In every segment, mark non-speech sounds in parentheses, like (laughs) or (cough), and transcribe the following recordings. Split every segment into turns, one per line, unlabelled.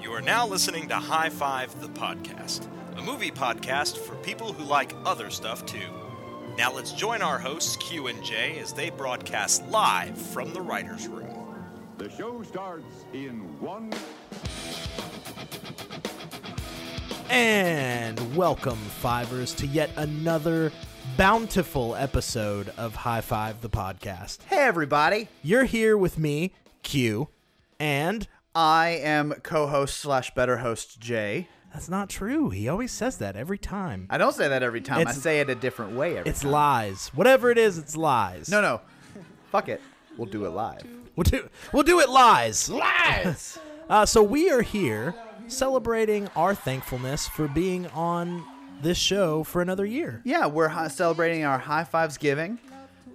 You are now listening to High Five the Podcast, a movie podcast for people who like other stuff too. Now let's join our hosts, Q and J, as they broadcast live from the writer's room.
The show starts in one.
And welcome, Fivers, to yet another bountiful episode of High Five the Podcast.
Hey, everybody.
You're here with me, Q, and
I am co host slash better host Jay.
that's not true. He always says that every time.
I don't say that every time. I
It's-
say it a different way every
It's lies. Whatever it is, it's lies.
No, no. Fuck it. We'll do it live.
We'll do, we'll do it (laughs) lies.
Lies!
Uh, so we are here celebrating our thankfulness for being on this show for another year.
yeah, we're hi- celebrating our high fives giving.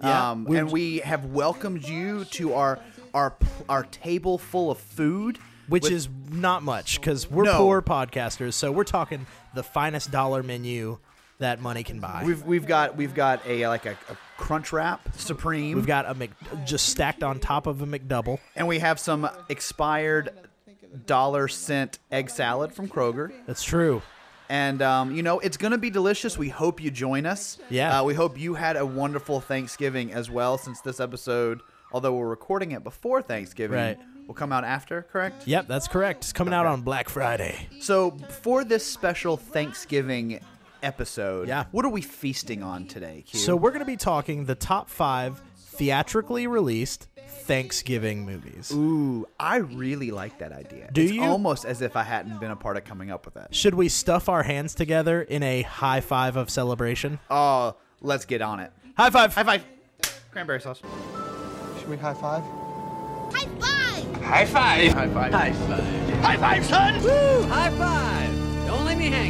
Yeah,
um,
we're-
and we have welcomed you to our our pl- our table full of food.
which
with-
is not much because we're
No.
poor podcasters. So we're talking the finest dollar menu that money can buy. We've,
we've we've got we've got a like a, a crunch wrap supreme.
got a Mc, just stacked on top of a McDouble.
and we have some expired dollar cent egg salad from Kroger.
That's true.
And um, you know it's gonna be delicious. We hope you join us.
Yeah.
Uh, we hope you had a wonderful Thanksgiving as well. Since this episode, although we're recording it before Thanksgiving,
Right.
will come out after. Correct.
Yep, that's correct. It's coming out on Black Friday.
So for this special Thanksgiving episode,
Yeah.
what are we feasting on today? Q?
So we're going to be talking the top five theatrically released Thanksgiving movies.
ooh, I really like that idea.
Do
it's
you?
Almost as if I hadn't been a part of coming up with it.
Should we stuff our hands together in a high five of celebration?
Oh, let's get on it.
High five.
High five. Cranberry sauce.
Should we high five?
High five!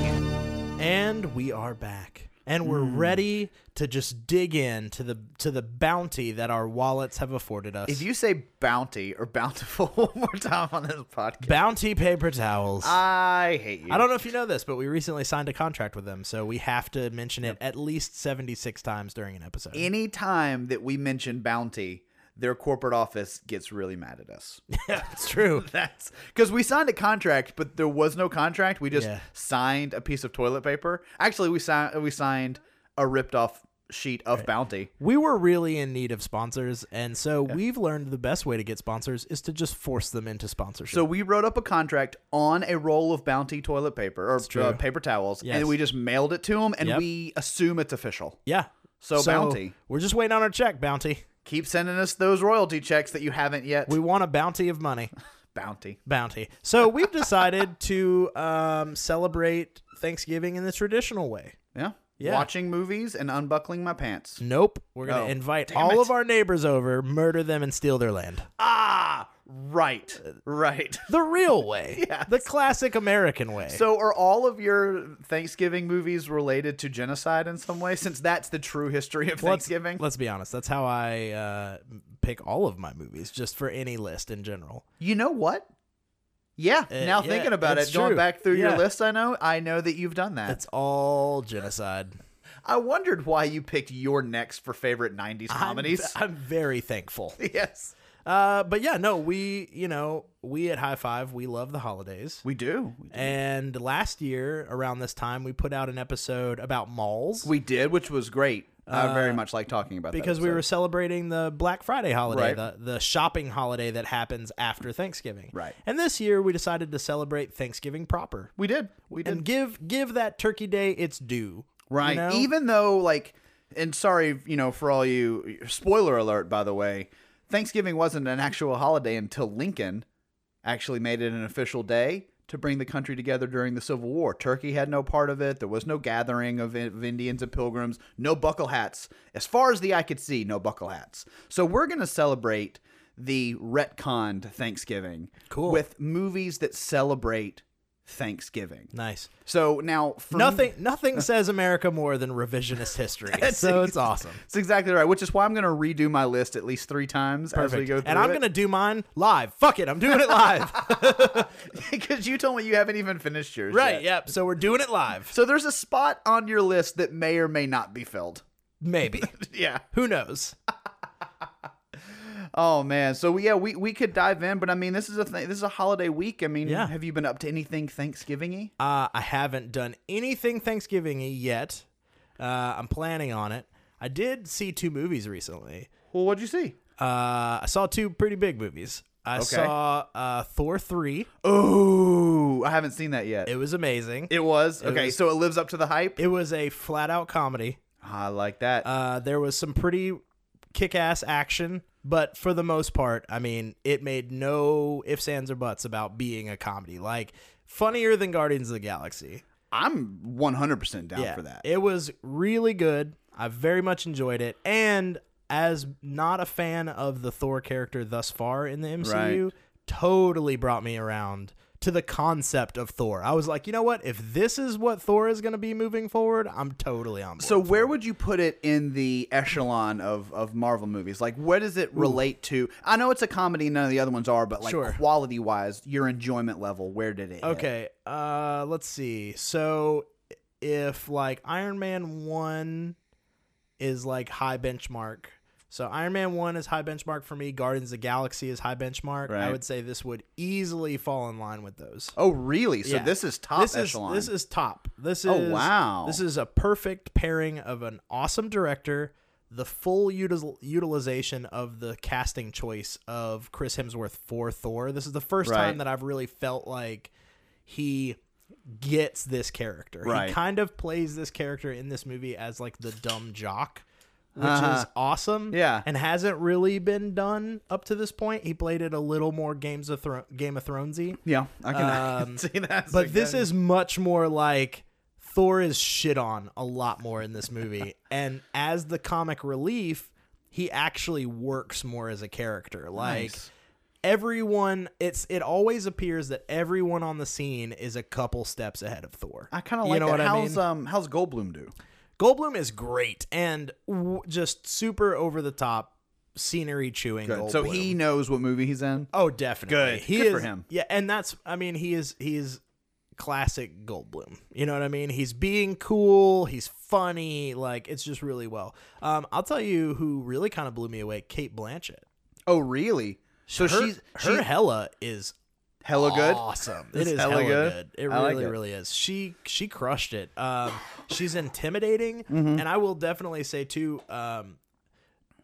And we are back. And we're
Mm.
ready to just dig in to the to the bounty that our wallets have afforded us.
If you say bounty or bountiful (laughs) one more time on this podcast,
bounty paper towels.
I hate you.
I don't know if you know this, but we recently signed a contract with them, so we have to mention it at least 76 times during an episode.
Any time that we mention bounty, their corporate office gets really mad at us.
(laughs) (laughs) That's true.
(laughs) That's because we signed a contract, but there was no contract. We just
Yeah.
signed a piece of toilet paper. Actually, we signed we signed a ripped off sheet of bounty.
We were really in need of sponsors, and so we've learned the best way to get sponsors is to just force them into sponsorship.
So we wrote up a contract on a roll of bounty toilet paper or
true.
uh, paper towels,
Yes.
and we just mailed it to them, and
Yep.
we assume it's official.
yeah.
So Bounty.
We're just waiting on our check, Bounty.
Keep sending us those royalty checks that you haven't yet.
We want a bounty of money.
bounty.
bounty. So we've
(laughs)
decided to um, celebrate Thanksgiving in the traditional way.
Yeah.
Yeah.
Watching movies and unbuckling my pants.
Nope, we're gonna
Oh,
invite
damn
all
it.
of our neighbors over, murder them, and steal their land.
Ah, right.
(laughs)
Right.
The
(laughs)
real way, the classic American way.
So are all of your Thanksgiving movies related to genocide in some way since that's the true history
let's,
of Thanksgiving?
let's be honest. That's how I uh, pick all of my movies, just for any list in general.
you know what? Yeah,
Uh, yeah,
now thinking about it,
it's
going
true.
back through
Yeah.
your list, I know, I know that you've done that.
That's all genocide.
I wondered why you picked your next for favorite 90s comedies.
(laughs)
(laughs)
I'm, I'm very thankful.
yes.
Uh, but yeah, no, we, you know, we at High Five, we love the holidays.
We do. We did.
And last year, around this time, we put out an episode about malls
We did, which was great. I very much like talking about that
Uh, because we
episode.
were celebrating the Black Friday holiday,
Right.
the, the shopping holiday that happens after Thanksgiving.
Right.
And this year, we decided to celebrate Thanksgiving proper
we did. We did.
and give give that Turkey Day its due. you
Right.
know?
Even though, like, and sorry, you know, for all you spoiler alert, by the way, Thanksgiving wasn't an actual holiday until Lincoln actually made it an official day to bring the country together during the Civil War. Turkey had no part of it. There was no gathering of, of Indians and pilgrims, no buckle hats. As far as the eye could see, no buckle hats. So we're going to celebrate the retconned Thanksgiving
Cool.
with movies that celebrate Thanksgiving.
nice.
So now for
Nothing nothing (laughs) says America more than revisionist history. so it's awesome.
That's exactly right, which is why I'm going to redo my list at least three times (laughs) as we
Perfect.
go through
And I'm
it.
going
(laughs)
to do mine live. Fuck it. I'm doing it live.
because you told me you haven't even finished yours.
right.
yet.
Yep. So we're doing it live.
So there's a spot on your list that
(laughs)
may (laughs) or may not be filled.
Maybe.
Yeah.
Who knows?
Oh man, so yeah, we we could dive in, but I mean, this is a thing. This is a holiday week. I mean,
Yeah.
have you been up to anything Thanksgivingy?
Uh, I haven't done anything Thanksgiving yet. Uh, I'm planning on it. I did see two movies recently.
Well, what'd you see?
Uh, I saw two pretty big movies. I saw uh, Thor three.
Oh, I haven't seen that yet.
It
It,
was amazing.
was okay.
was-
so it lives up to the hype.
It was a flat out comedy.
I like that.
Uh, there was some pretty kick ass action, but for the most part, I mean, it made no ifs, ands, or buts about being a comedy. Like, funnier than Guardians of the Galaxy.
I'm 100 percent down
yeah,
for that.
It was really good. I very much enjoyed it. And as not a fan of the Thor character thus far in the MCU,
Right.
totally brought me around to the concept of Thor. I was like, you know what? If this is what Thor is going to be moving forward, I'm totally on board.
so where would you put it in the echelon of, of Marvel movies? Like, what does it relate to? I know it's a comedy, none of the other ones are, but like
Sure.
quality wise, your enjoyment level, where did it? hit?
Okay. Uh let's see. So if like Iron Man 1 is like high benchmark. So Iron Man 1 is high benchmark for me, Guardians of the Galaxy is high benchmark. I
Right.
would say this would easily fall in line with those.
Oh, really? So
Yeah.
this is top
this
echelon.
Is, this is top. This is
Oh, wow.
This is a perfect pairing of an awesome director, the full util- utilization of the casting choice of Chris Hemsworth for Thor. This is the first
Right.
time that I've really felt like he gets this character.
Right.
He kind of plays this character in this movie as like the dumb jock. Which
Uh-huh.
is awesome,
Yeah.
and hasn't really been done up to this point. He played it a little more Games of Thro- Game of Thronesy,
yeah, I can
Um,
(laughs) see that.
but this is much more like Thor is shit on a lot more in this
(laughs)
movie. and as the comic relief, he actually works more as a character. Like
Nice.
everyone it's it always appears that everyone on the scene is a couple steps ahead of Thor.
I kind of
You
like
know
that.
what I
how's
mean?
um how's Goldblum do?
Goldblum is great and w- just super over the top scenery chewing.
Good. So he
Goldblum.
knows what movie he's in.
Oh, definitely.
Good.
He
Good
is,
for him.
Yeah, and that's I mean, he is he is classic Goldblum. You know what I mean? He's being cool, he's funny, like it's just really well. Um, I'll tell you who really kind of blew me away, Kate Blanchett.
Oh, really? So
her,
she's
her
she's
hella is
hella good.
Awesome.
It's
It is
hella
hella
good?
good. It
I
really,
like it.
really is. She she crushed it. Um, she's intimidating,
Mm-hmm.
and I will definitely say too. Um,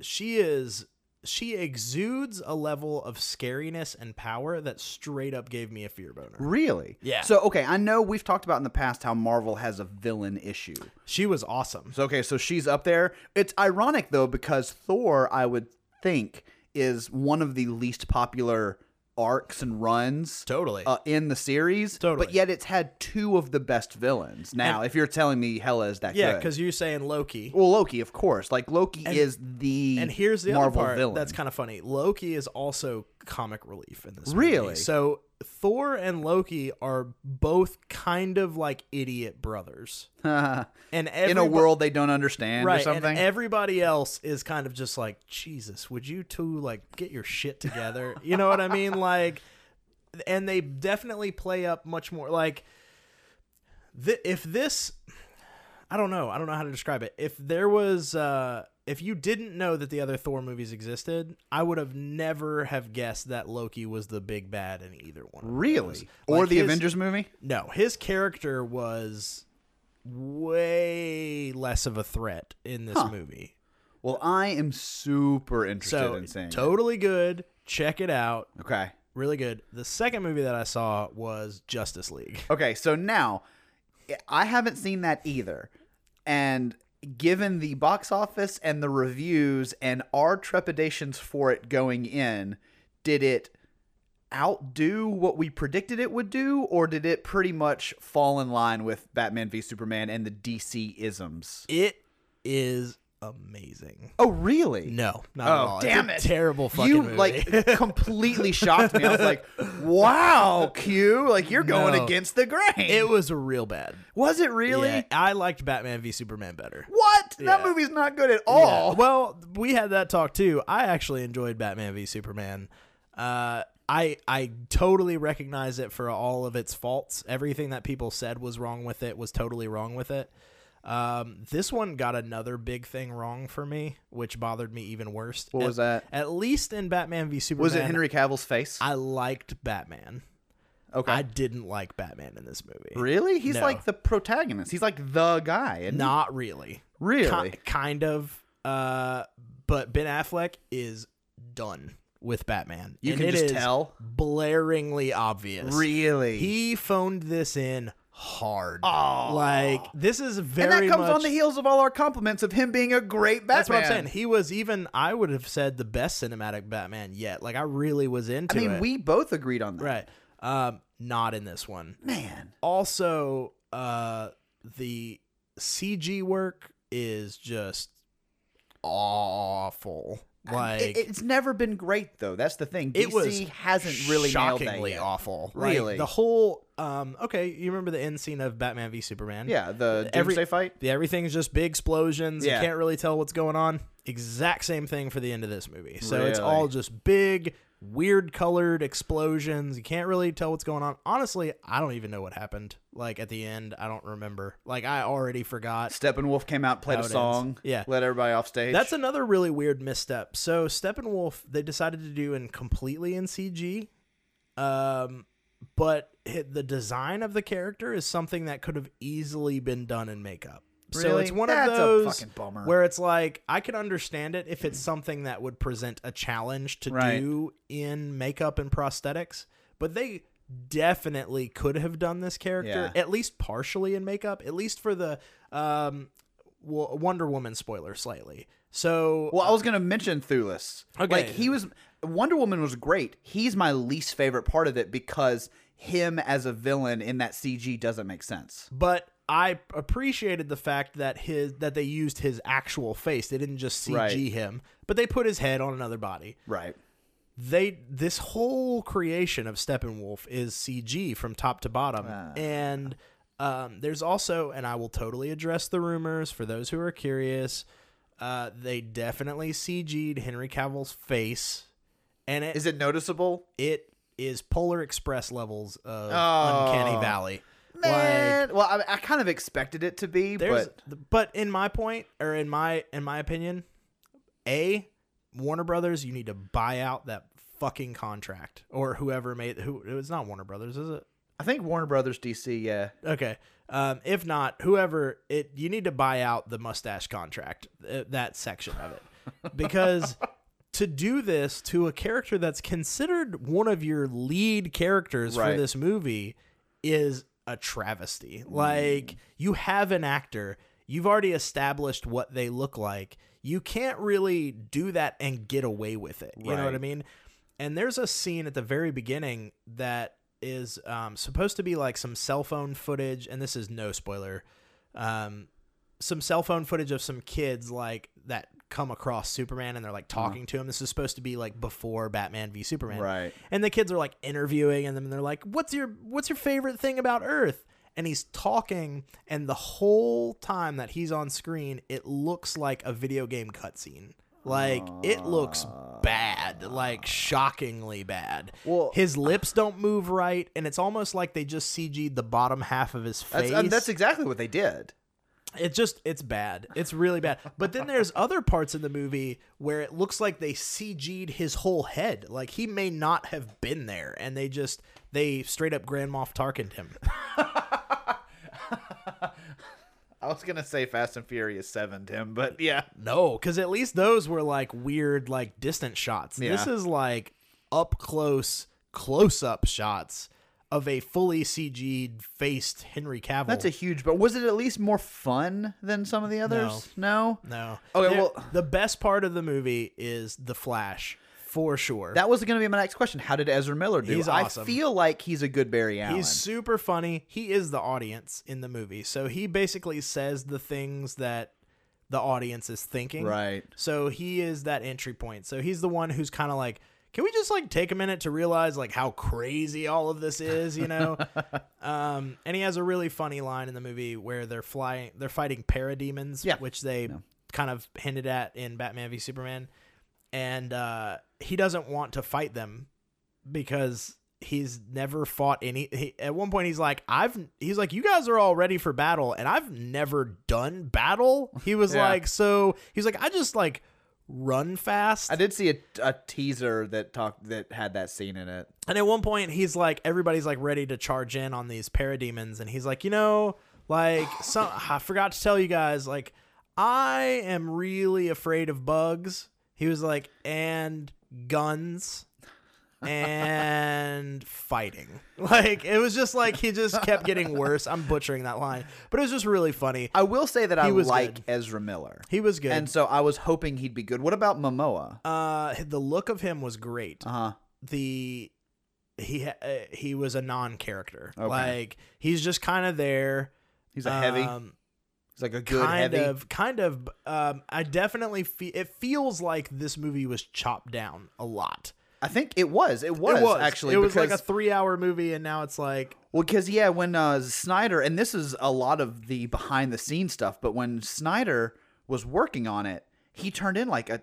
she is she exudes a level of scariness and power that straight up gave me a fear boner.
Really?
Yeah.
So okay, I know we've talked about in the past how Marvel has a villain issue.
She was awesome.
So okay, so she's up there. It's ironic though because Thor, I would think, is one of the least popular arcs and runs
Totally.
uh, in the series.
Totally.
But yet it's had two of the best villains. Now, if you're telling me Hela is that
yeah,
good.
because you're saying Loki.
Well, Loki, of course. Like Loki
And-
is the
And here's the
Marvel
other part
villain.
that's kind of funny. Loki is also comic relief in this.
Really?
Movie. So Thor and Loki are both kind of like idiot brothers.
(laughs)
and
in a
everybo-
world they don't understand
right,
or something.
And everybody else is kind of just like, Jesus, would you two like get your shit together? You know what I mean? Like, and they definitely play up much more. Like, th- if this, I don't know, I don't know how to describe it. If there was, uh if you didn't know that the other Thor movies existed, I would have never have guessed that Loki was the big bad in either one. of those.
really? Or
Like,
the
his-
Avengers movie?
no, his character was way less of a threat in this movie.
Well, I am super interested
So
in seeing. it.
totally good. Check it out.
okay.
Really good. The second movie that I saw was Justice League.
Okay, so now I haven't seen that either. And given the box office and the reviews and our trepidations for it going in, did it outdo what we predicted it would do or did it pretty much fall in line with Batman v Superman and the DC isms?
It is amazing.
Oh, really?
No, not at
Oh,
all. It's
damn
a
it.
Terrible fucking
You
movie. (laughs)
like completely shocked me. I was like, "Wow, Q, like you're going
No.
against the grain."
it was real bad.
was it really?
Yeah, I liked Batman v Superman better.
What? That
Yeah.
movie's not good at
Yeah.
all.
Well, we had that talk too. I actually enjoyed Batman v Superman. Uh, I I totally recognize it for all of its faults. Everything that people said was wrong with it was totally wrong with it. Um, this one got another big thing wrong for me, which bothered me even worse.
What
At-
was that?
At least in Batman v Superman,
Was it Henry Cavill's face?
I liked Batman.
okay.
I didn't like Batman in this movie.
really? He's
No.
like the protagonist. He's like the guy. And
Not really.
really.
Ki- kind of. Uh, but Ben Affleck is done with Batman.
You
And
can
it
just
is
tell?
Blaringly obvious.
Really?
He phoned this in hard. Oh. Like, this is very
and that comes
much-
on the heels of all our compliments of him being a great Batman.
That's what I'm saying. He was even, I would have said, the best cinematic Batman yet. Like, I really was into
I mean,
it.
we both agreed on that.
Right. Um, not in this one.
Man.
also uh the cg work is just awful like
It- it's never been great though. That's the thing. DC
it was
hasn't really nailed that
shockingly
yet.
awful Like,
Really?
the whole um okay you remember the end scene of batman v superman
Yeah, the
Every-
Doomsday fight.
the, everything's just big explosions
Yeah.
you can't really tell what's going on exact same thing for the end of this movie so it's
Really?
all just big weird colored explosions you can't really tell what's going on honestly i don't even know what happened like at the end i don't remember like i already forgot
Steppenwolf came out, played
How it
a
ends.
song,
Yeah.
let everybody off stage.
That's another really weird misstep. So Steppenwolf, they decided to do in completely in CG, um, but hit the design of the character is something that could have easily been done in makeup. So
Really?
it's one
That's a
of those
fucking bummer.
where it's like I could understand it if it's something that would present a challenge to
Right.
do in makeup and prosthetics, but they definitely could have done this character
Yeah.
at least partially in makeup, at least for the um, Wo- Wonder Woman spoiler slightly. So
well, I was gonna mention Thulis.
Okay.
Like he was Wonder Woman was great. He's my least favorite part of it because him as a villain in that CG doesn't make sense.
but I appreciated the fact that his that they used his actual face. They didn't just CG
Right.
him, but they put his head on another body.
Right.
They this whole creation of Steppenwolf is CG from top to bottom,
Ah.
and um, there's also and I will totally address the rumors for those who are curious. Uh, they definitely CG'd Henry Cavill's face, and it
Is it noticeable?
it is Polar Express levels of
Oh.
Uncanny Valley.
Man, well, I, I kind of expected it to be,
There's,
but
but, in my point, or in my in my opinion, a Warner Brothers, you need to buy out that fucking contract or whoever made who. It's not Warner Brothers, is it?
I think Warner Brothers DC, yeah.
Okay. Um, if not, whoever it, you need to buy out the mustache contract, uh, that section of it,
(laughs)
because to do this to a character that's considered one of your lead characters
Right.
for this movie is a travesty.
Mm.
Like you have an actor, you've already established what they look like. You can't really do that and get away with it. You know what I
Right.
mean? And there's a scene at the very beginning that is um, supposed to be like some cell phone footage, and this is no spoiler. Um, some cell phone footage of some kids like that come across Superman and they're like
Mm-hmm.
talking to him. This is supposed to be like before Batman v Superman,
Right.
And the kids are like interviewing him, and they're like, "What's your What's your favorite thing about Earth?" And he's talking, and the whole time that he's on screen, it looks like a video game cutscene. Like it looks bad, like shockingly bad.
Well-
his lips don't move right, and it's almost like they just CG'd the bottom half of his face
That's, and that's exactly what they did.
it just it's bad it's really bad but then there's other parts in the movie where it looks like they cg'd his whole head like he may not have been there and they just they straight up grand moff tarkened him (laughs)
I was gonna say Fast and Furious Seven, Tim, but yeah,
no because at least those were like weird like distant shots this
Yeah.
is like up close close up shots of a fully cg'd faced henry cavill
that's a huge. But was it at least more fun than some of the others? No,
no
Okay,
There-
well-
the best part of the movie is the flash for sure
that was gonna be my next question. How did Ezra Miller do?
He's
I
awesome.
feel like he's a good Barry Allen.
He's super funny. He is the audience in the movie. So he basically says the things that the audience is thinking.
Right.
So he is that entry point. So he's the one who's kind of like, can we just like take a minute to realize like how crazy all of this is, you
(laughs)
know? um, and he has a really funny line in the movie where they're flying, they're fighting parademons,
Yeah.
which they kind of hinted at in Batman v Superman, and uh, he doesn't want to fight them because he's never fought any he, at one point he's like i've he's like you guys are all ready for battle and i've never done battle he was
Yeah.
like so he's like i just like run fast
I did see a, a teaser that talked that had that scene in it.
and at one point he's like everybody's like ready to charge in on these parademons and he's like you know like some i forgot to tell you guys like i am really afraid of bugs he was like and guns and fighting (laughs) like it was just like he just kept getting worse i'm butchering that line but it was just really funny
I will say that I
was
like
good.
Ezra Miller.
he was good
And so I was hoping he'd be good. What about Momoa?
uh the look of him was great
Uh-huh.
the he ha- uh, he was a non-character.
Okay.
Like he's just kind of there.
He's a heavy.
Um,
He's like a good
kind
heavy.
of, kind of. Um, I definitely feel it feels like this movie was chopped down a lot.
I think it was. It was,
it was
actually.
It was
because,
like a three-hour movie, and now it's like
Well, because yeah, when uh, Snyder and this is a lot of the behind the scenes stuff, but when Snyder was working on it, he turned in like a,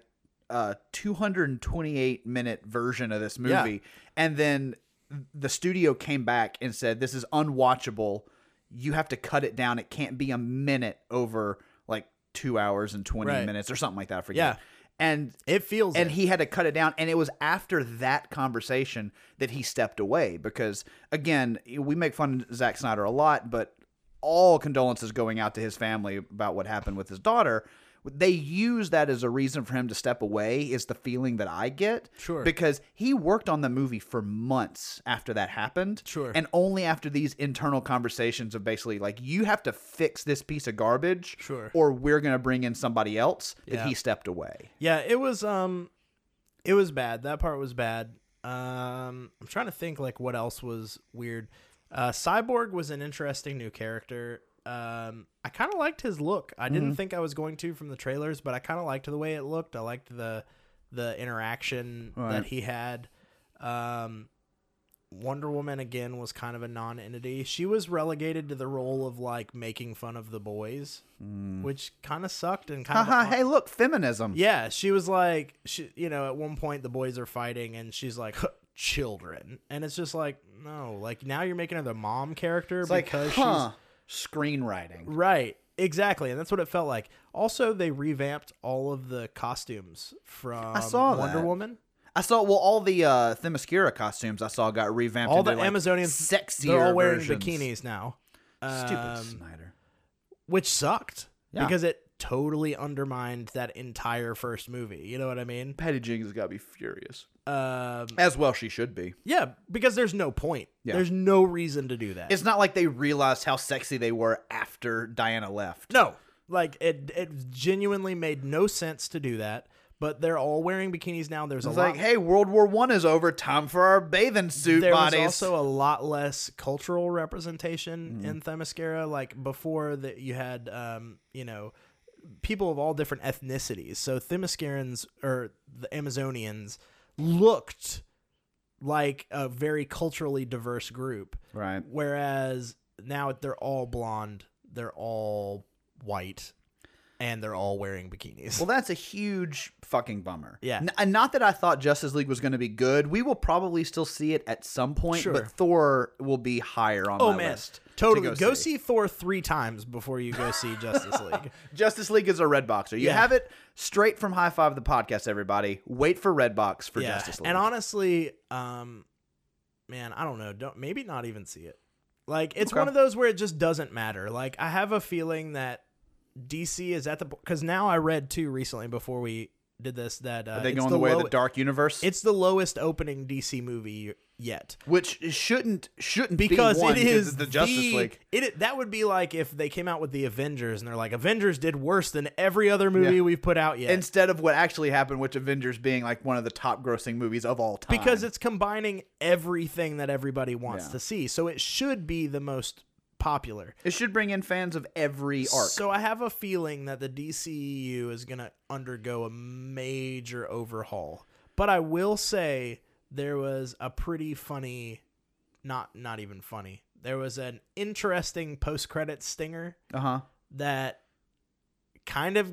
a 228 minute version of this movie,
Yeah.
and then the studio came back and said this is unwatchable. You have to cut it down. It can't be a minute over like two hours and 20
Right.
minutes or something like that. I
Yeah.
forget. And
it feels.
and
it.
he had to cut it down and it was after that conversation that he stepped away because again we make fun of Zack Snyder a lot but all condolences going out to his family about what happened with his daughter they use that as a reason for him to step away is the feeling that I get
Sure.
because he worked on the movie for months after that happened
Sure.
and only after these internal conversations of basically like you have to fix this piece of garbage
Sure.
or we're going to bring in somebody else that
Yeah.
he stepped away
Yeah, it was um it was bad. That part was bad. Um I'm trying to think like what else was weird. Uh Cyborg was an interesting new character. Um I kind of liked his look. I
Mm-hmm.
didn't think I was going to from the trailers, but I kind of liked the way it looked. I liked the the interaction
Right.
that he had. Um Wonder Woman again was kind of a non-entity. She was relegated to the role of like making fun of the boys, which kind of sucked and kind of
Mm. Haha, hey, look, feminism.
yeah, she was like, she, you know, at one point the boys are fighting and she's like, "Huh, children. And it's just like, no, like now you're making her the mom character
It's like,
because
huh, screenwriting.
she's. Right, exactly. And that's what it felt like. Also, they revamped all of the costumes from
saw
Wonder
that.
Woman.
I saw, well, all the uh, Themyscira costumes I saw got revamped.
All
into,
the
like,
Amazonians,
sexier
they're all wearing
versions.
bikinis now.
Stupid
Um,
Snyder.
which sucked
Yeah.
because it totally undermined that entire first movie. You know what I mean?
Patty Jenkins got to be furious.
Um,
As well, she should be.
yeah, because there's no point.
Yeah.
There's no reason to do that.
It's not like they realized how sexy they were after Diana left.
No, like it it genuinely made no sense to do that. But they're all wearing bikinis now. There's a
It's
lot.
like, hey, World War One is over. Time for our bathing suit
there
bodies. Mm-hmm.
was also a lot less cultural representation in Themyscira. Like before, that you had, um, you know, people of all different ethnicities. So Themyscirans or the Amazonians looked like a very culturally diverse group.
right.
Whereas now they're all blonde, they're all white, and they're all wearing bikinis.
Well, that's a huge fucking bummer.
Yeah.
N- and not that I thought Justice League was going to be good. We will probably still see it at some point,
Sure.
but Thor will be higher on
oh
my
man,
list. to
totally. Go, see. Thor three times before you go see Justice
(laughs)
League.
Justice League is a red boxer. You
Yeah.
have it straight from High Five the podcast. Everybody, wait for red box for
yeah,
Justice League.
and honestly, um, man, I don't know. Don't maybe not even see it. Like it's
Okay.
one of those where it just doesn't matter. Like I have a feeling that DC is at the because now I read too recently before we did this that uh,
are they
it's
going the, way of
low-
the Dark Universe?
It's the lowest opening DC movie yet.
which shouldn't shouldn't
because
be one,
it is
it's the Justice League.
It that would be like if they came out with the Avengers and they're like Avengers did worse than every other movie
Yeah.
we've put out yet.
Instead of what actually happened, which Avengers being like one of the top grossing movies of all time.
because it's combining everything that everybody wants
Yeah.
to see. So it should be the most popular.
it should bring in fans of every arc.
So I have a feeling that the DCU is going to undergo a major overhaul. But I will say there was a pretty funny not not even funny. There was an interesting post-credit stinger
uh huh.
that (laughs) kind of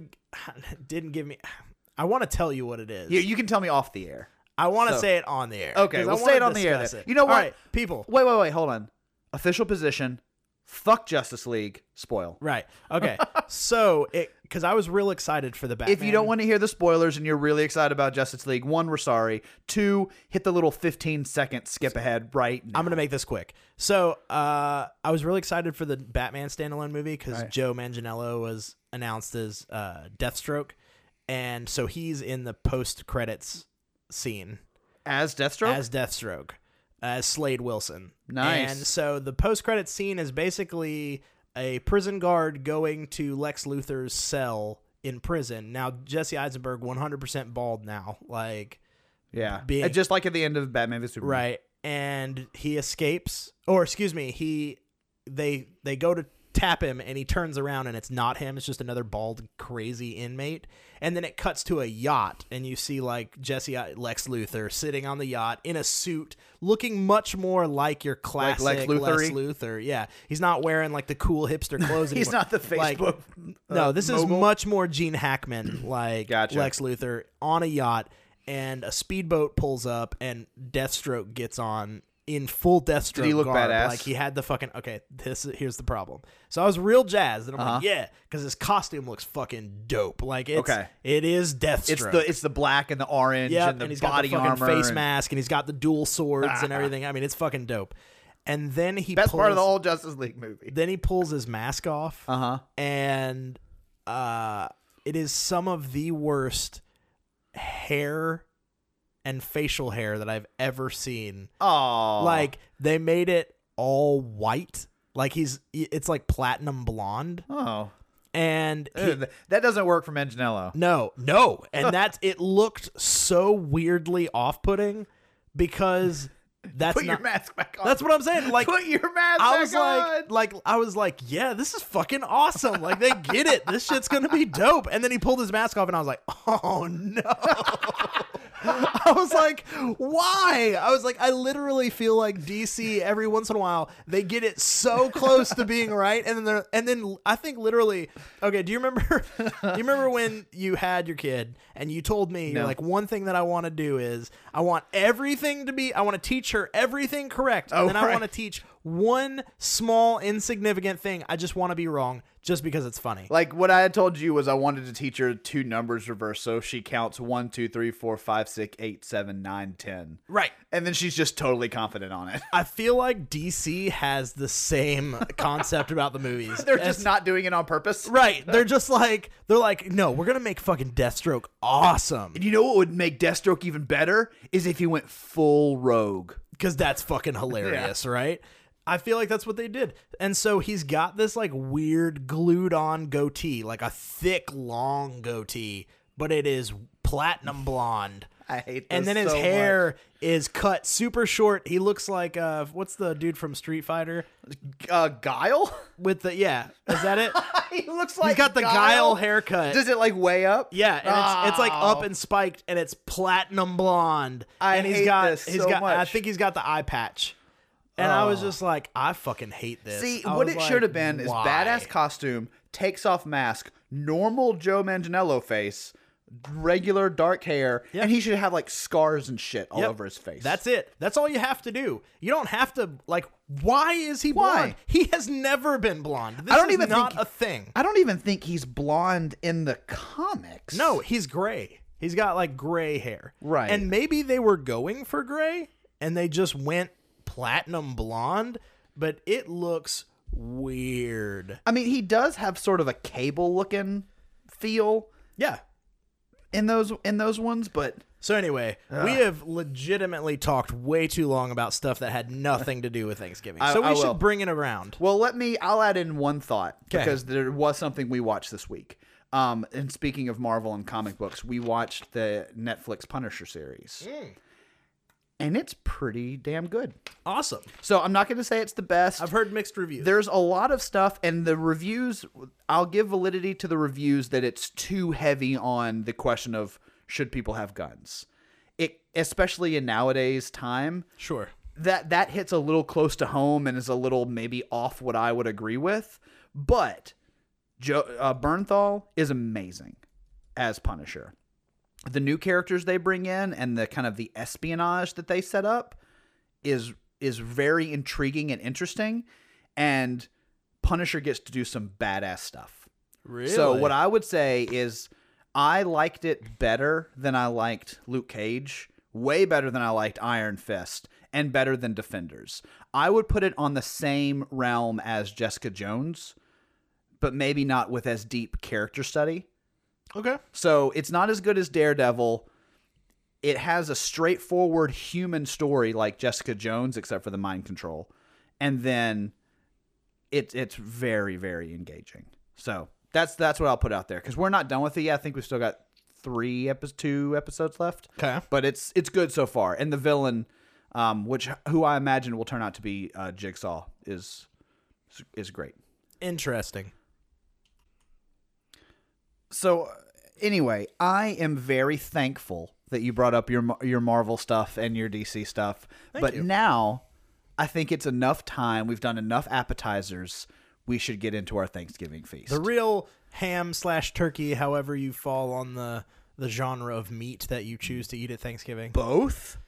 didn't give me (sighs) I want to tell you what it is.
Yeah, you can tell me off the air.
I want to
So-
say it on the air.
Okay,
'cause I
we'll
wanna
say it on the air.
discuss
Then.
it.
You know
All
what?
right, people.
Wait, wait, wait. Hold on. Official position. Fuck Justice League. Spoil.
Right.
(laughs)
Okay. so it because I was real excited for the Batman.
If you don't want to hear the spoilers and you're really excited about Justice League, one, we're sorry. Two, hit the little 15 second skip ahead right now.
I'm gonna make this quick. So uh, I was really excited for the Batman standalone movie because Joe Manganiello was announced as uh, Deathstroke, and so he's in the post credits scene
As Deathstroke?
as Deathstroke, as Slade Wilson.
Nice.
And so the post credit scene is basically a prison guard going to Lex Luthor's cell in prison. Now Jesse Eisenberg 100% bald now, like
yeah.
being-
Uh, Just like at the end of Batman v Superman.
right and he escapes or excuse me he they they go to tap him and he turns around and it's not him it's just another bald crazy inmate and then it cuts to a yacht and you see like jesse I- lex luthor sitting on the yacht in a suit looking much more like your
Lex
classic lex,
Luthor-y?
luthor yeah he's not wearing like the cool
(laughs)
hipster clothes
He's
anymore.
not the
Like,
Facebook.
no,
uh,
this
mogul.
is much more Gene Hackman (clears throat) like
Gotcha.
Lex Luthor on a yacht and a speedboat pulls up and Deathstroke gets on in full Deathstroke
Did he look
garb.
badass?
Like he had the fucking okay. This here's the problem. So I was real jazzed and I'm
Uh-huh.
like, yeah, because his costume looks fucking dope. Like it's
Okay.
it is Deathstroke.
It's the it's the black and the orange
Yep,
and the
and he's
body
got the fucking
armor.
face
and-
mask and he's got the dual swords
(laughs)
and everything. I mean, it's fucking dope. And then he
Best part of
pulls-
the whole Justice League movie.
then he pulls his mask off.
Uh huh.
and uh, it is some of the worst hair and facial hair that I've ever seen.
Oh,
Like they made it all white. Like he's, it's like platinum blonde,
oh,
and he-
Ugh, that doesn't work for Manganiello.
no, no, and
(laughs)
that's it looked so weirdly off-putting because that's
Put
not.
your mask back on.
that's what I'm saying. Like
Put your mask
I
back
was
on.
like, like I was like, yeah, this is fucking awesome. Like they get it. This shit's gonna be dope. And then he pulled his mask off, and I was like, (laughs) oh no. (laughs) I was like, why? I was like, I literally feel like DC every once in a while they get it so close to being right, and then they're, and then I think literally, okay. Do you remember? Do you remember when you had your kid and you told me you're
No.
like one thing that I want to do is I want everything to be I want to teach her everything correct, and then I
Oh, right.
want to teach one small insignificant thing. I just want to be wrong just because it's funny.
Like what I had told you was I wanted to teach her two numbers reversed, so she counts one, two, three, four, five, six, eight, seven, nine, ten.
Right.
And then she's just totally confident on it. (laughs)
I feel like DC has the same concept about the movies.
They're just
As-
not doing it on purpose.
Right. They're just like they're like, no, we're gonna make fucking Deathstroke awesome.
You know what would make Deathstroke even better is if he went full rogue.
Because that's
(laughs)
fucking hilarious, right? I feel like that's what they did. And so he's got this like weird glued on goatee, like a thick, long goatee, but it is platinum blonde.
(laughs) I hate this
and then his
so
hair is cut super short. He looks like uh what's the dude from Street Fighter?
much. Uh, Guile? (laughs)
With the yeah, is that it?
he looks like
he's got the guile haircut.
Does it like way up?
Yeah, and it's, it's like
Oh.
up and spiked, and it's platinum blonde.
I
and he's
hate
got
this
he's
so
got I
much. Oh.
think he's got the eye patch. And I was just like, I fucking hate this.
See,
I
what
was
it should
like,
have been is
why?
badass costume, takes off mask, normal Joe Manganiello face, regular dark hair, and he should have like scars and shit all
Yep.
over his face.
That's it. That's all you have to do. You don't have to like. Why is he
Why?
blonde? He has never been blonde. This
I don't
is
even
not
think-
a thing.
I don't even think he's blonde in the comics.
No, he's gray. He's got like gray hair.
Right.
And maybe they were going for gray and they just went platinum blonde, but it looks weird.
I mean he does have sort of a cable looking feel
Yeah.
in those in those ones, but
So anyway, we have legitimately talked way too long about stuff that had nothing to do with Thanksgiving.
(laughs) I-
so we
I
should
will.
bring it around.
Well, let me. I'll add in one thought
'Kay.
because there was something we watched this week. Um, and speaking of Marvel and comic books, we watched the Netflix Punisher series,
Hmm.
and it's pretty damn good.
Awesome.
So I'm not going to say it's the best.
I've heard mixed reviews.
There's a lot of stuff, and the reviews. I'll give validity to the reviews that it's too heavy on the question of should people have guns. It, especially in nowadays time,
sure.
that that hits a little close to home and is a little maybe off what I would agree with. But Joe uh, Bernthal is amazing as Punisher. the new characters they bring in and the kind of the espionage that they set up is is very intriguing and interesting and Punisher gets to do some badass stuff.
Really?
So what I would say is I liked it better than I liked Luke Cage, way better than I liked Iron Fist, and better than Defenders. I would put it on the same realm as Jessica Jones, but maybe not with as deep character study.
okay.
So it's not as good as Daredevil. It has a straightforward human story like Jessica Jones, except for the mind control, and then it's it's very very engaging. So that's that's what I'll put out there because we're not done with it yet. I think we've still got three episodes, two episodes left.
Okay.
but it's it's good so far. And the villain, um, which who I imagine will turn out to be uh, Jigsaw, is is great.
Interesting.
so uh, anyway, I am very thankful that you brought up your Mar- your Marvel stuff and your DC stuff. but
you.
now, I think it's enough time. We've done enough appetizers. We should get into our Thanksgiving feast.
The real ham slash turkey, however you fall on the the genre of meat that you choose to eat at Thanksgiving,
both?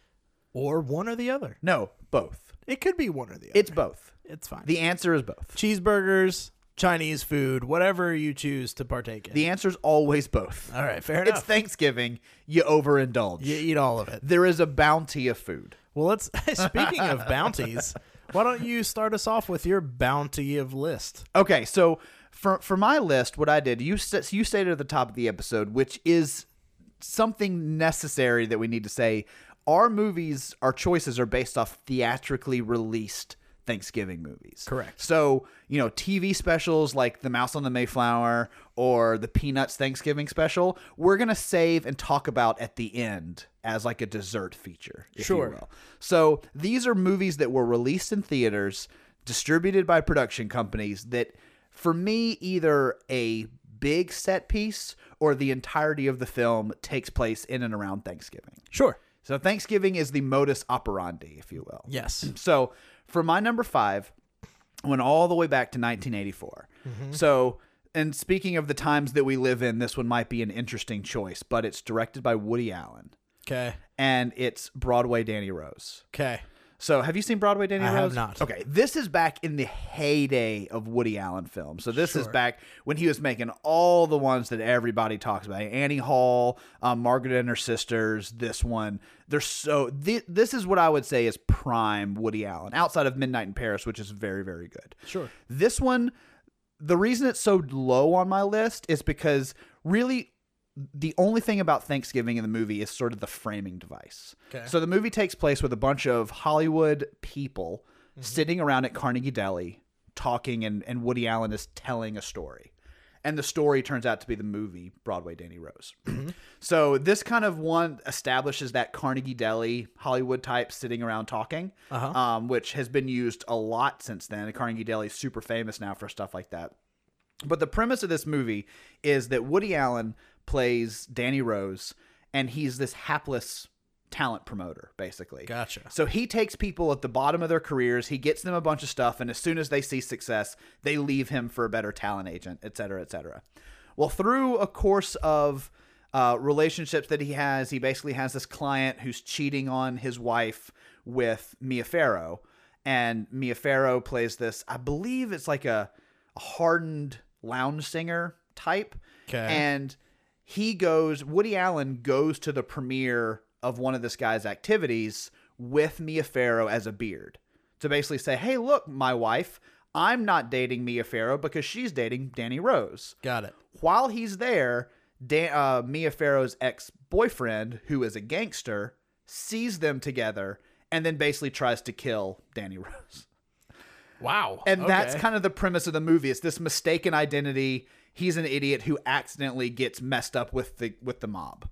or one or the other.
No, both.
It could be one or the other.
It's both.
it's fine.
The answer is both.
cheeseburgers, Chinese food, whatever you choose to partake in.
The answer is always both.
all right, fair
It's
enough.
Thanksgiving. You overindulge.
you eat all of it.
there is a bounty of food.
Well, let's. (laughs) Speaking of bounties, why don't you start us off with your bounty of list?
Okay, so for for my list, what I did, you st- you stated at the top of the episode, which is something necessary that we need to say. Our movies, our choices are based off theatrically released Thanksgiving movies.
Correct.
So you know, TV specials like The Mouse on the Mayflower or the Peanuts Thanksgiving special, we're gonna save and talk about at the end as like a dessert feature, if
Sure.
you will. So these are movies that were released in theaters, distributed by production companies that for me either a big set piece or the entirety of the film takes place in and around Thanksgiving.
Sure.
So Thanksgiving is the modus operandi, if you will.
Yes.
So for my number five, I went all the way back to 1984. So, and speaking of the times that we live in, this one might be an interesting choice, but it's directed by Woody Allen
Okay.
and it's Broadway Danny Rose.
Okay.
So, have you seen Broadway Danny
I have
Rose?
not.
Okay, this is back in the heyday of Woody Allen films. So this is
Sure.
back when he was making all the ones that everybody talks about: Annie Hall, um, Margaret and her sisters. This one, they're so. Th- this is what I would say is prime Woody Allen, outside of Midnight in Paris, which is very, very good.
Sure.
This one, the reason it's so low on my list is because really the only thing about Thanksgiving in the movie is sort of the framing device.
Okay.
So the movie takes place with a bunch of Hollywood people
Mm-hmm.
sitting around at Carnegie Deli talking, and, and Woody Allen is telling a story. And the story turns out to be the movie Broadway Danny Rose. (clears throat) so this kind of one establishes that Carnegie Deli Hollywood type sitting around talking,
Uh-huh.
um, which has been used a lot since then. Carnegie Deli is super famous now for stuff like that. But the premise of this movie is that Woody Allen plays Danny Rose, and he's this hapless talent promoter, basically.
Gotcha.
So he takes people at the bottom of their careers, he gets them a bunch of stuff, and as soon as they see success, they leave him for a better talent agent, et cetera, et cetera. Well, through a course of uh, relationships that he has, he basically has this client who's cheating on his wife with Mia Farrow. And Mia Farrow plays this, I believe it's like a a hardened lounge singer type.
'Kay.
And he goes, Woody Allen goes to the premiere of one of this guy's activities with Mia Farrow as a beard to basically say, hey, look, my wife, I'm not dating Mia Farrow because she's dating Danny Rose
Got it.
while he's there, Dan, uh, Mia Farrow's ex boyfriend, who is a gangster, sees them together and then basically tries to kill Danny (laughs) Rose.
Wow.
And that's
Okay.
kind of the premise of the movie. It's this mistaken identity. He's an idiot who accidentally gets messed up with the with the mob.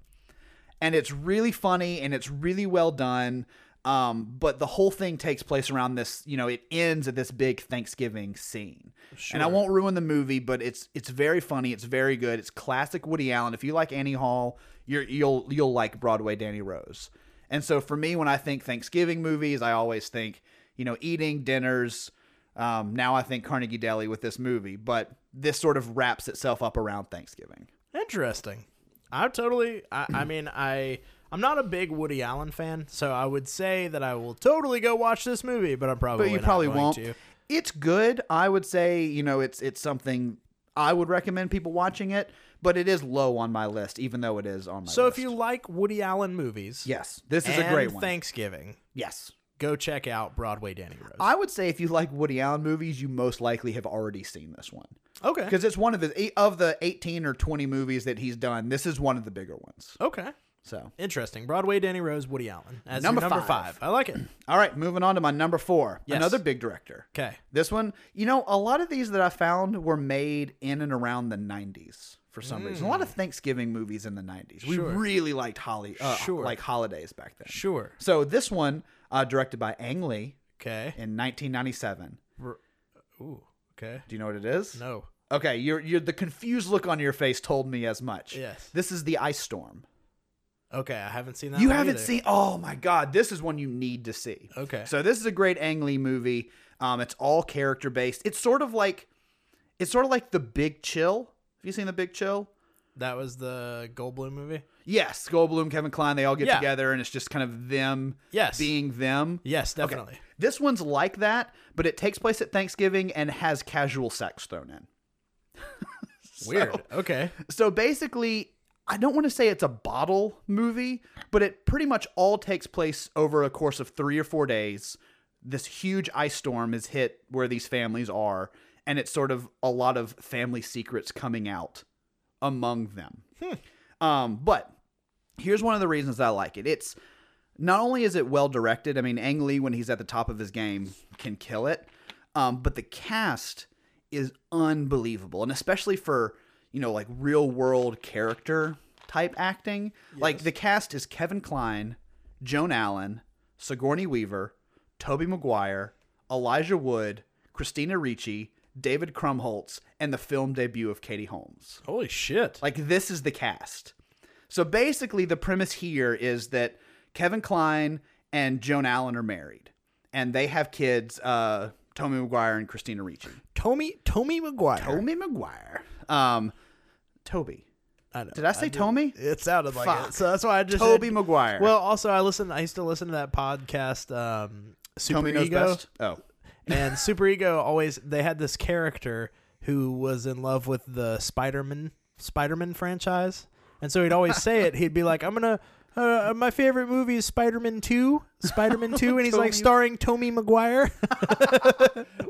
And it's really funny and it's really well done. Um, but the whole thing takes place around this, you know, it ends at this big Thanksgiving scene. And I won't ruin the movie, but it's it's very funny, it's very good. It's classic Woody Allen. If you like Annie Hall, you're, you'll you'll like Broadway Danny Rose. And so for me, when I think Thanksgiving movies, I always think, you know, eating dinners, um, now I think Carnegie Deli with this movie, but this sort of wraps itself up around Thanksgiving.
interesting. I totally. I,
(clears throat)
I mean, I I'm not a big Woody Allen fan, so I would say that I will totally go watch this movie, but I'm probably
but you
not
probably
going
won't.
to.
It's good. I would say, you know, it's it's something I would recommend people watching it, but it is low on my list, even though it is on my
So
list.
if you like Woody Allen movies,
Yes. This is
and
a great one.
Thanksgiving.
yes.
Go check out Broadway Danny Rose.
I would say if you like Woody Allen movies, you most likely have already seen this one.
okay.
Because it's one of the of the eighteen or twenty movies that he's done, this is one of the bigger ones.
Okay.
So
Interesting. Broadway Danny Rose, Woody Allen. As your
Number
number
five.
five. I
(clears throat)
like it.
all right, moving on to my number four.
Yes.
Another big director.
Okay.
This one, you know, a lot of these that I found were made in and around the 90s for some reason. A lot of Thanksgiving movies in the 90s. We
Mm. Sure.
really liked holly, uh,
Sure.
like holidays back then.
Sure.
So this one, uh, directed by Ang Lee
Okay.
in 1997.
Ooh. Okay.
Do you know what it is?
No.
Okay, you're, you're the confused look on your face told me as much.
Yes.
This is the Ice Storm.
Okay. I haven't seen that.
You
one
haven't
either.
seen? Oh my God, this is one you need to see.
Okay.
So this is a great Ang Lee movie. Um, it's all character based. It's sort of like, it's sort of like The Big Chill. Have you seen The Big Chill?
that was the Goldblum movie.
Yes, Goldblum, Kevin Kline, they all get
Yeah.
together, and it's just kind of them.
Yes.
Being them.
Yes,
Okay.
definitely.
This one's like that, but it takes place at Thanksgiving and has casual sex thrown in.
Weird. Okay.
So basically, I don't want to say it's a bottle movie, but it pretty much all takes place over a course of three or four days. This huge ice storm is hit where these families are, and it's sort of a lot of family secrets coming out among them. Um, but here's one of the reasons I like it. It's not only is it well directed, I mean, Ang Lee, when he's at the top of his game, can kill it. Um, but the cast is unbelievable, and especially for you know like real world character type acting. Like the cast is Kevin Kline, Joan Allen, Sigourney Weaver, Toby Maguire, Elijah Wood, Christina Ricci, David Krumholtz, and the film debut of Katie Holmes.
Holy shit.
Like this is the cast. So basically, the premise here is that Kevin Klein and Joan Allen are married, and they have kids, uh, Tommy McGuire and Christina Ricci.
Tommy Tommy McGuire.
Tommy McGuire, um, Toby.
I know.
Did I say Tommy?
It sounded like
Fuck.
it. So that's why I just
Toby
said-
Maguire.
Well, also I listen. I used to listen to that podcast. Um, Super
Tommy knows
Ego.
best. (laughs) Oh,
and Super Ego always they had this character who was in love with the Spider-Man Spider-Man franchise, and so he'd always say it. He'd be like, "I'm gonna." Uh, my favorite movie is Spider-Man 2. Spider-Man 2 and he's like
Tobey-
starring Tommy
(laughs)
Maguire.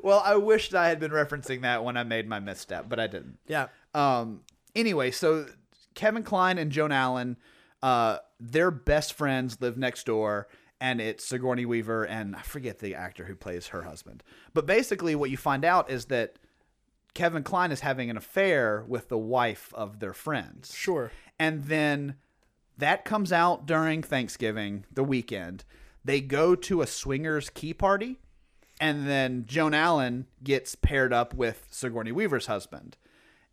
well, I wished I had been referencing that when I made my misstep, but I didn't.
yeah.
Um, anyway, so Kevin Klein and Joan Allen, uh, their best friends live next door, and it's Sigourney Weaver and I forget the actor who plays her husband. But basically, what you find out is that Kevin Klein is having an affair with the wife of their friends.
Sure.
And then that comes out during Thanksgiving, the weekend. They go to a swingers key party, and then Joan Allen gets paired up with Sigourney Weaver's husband.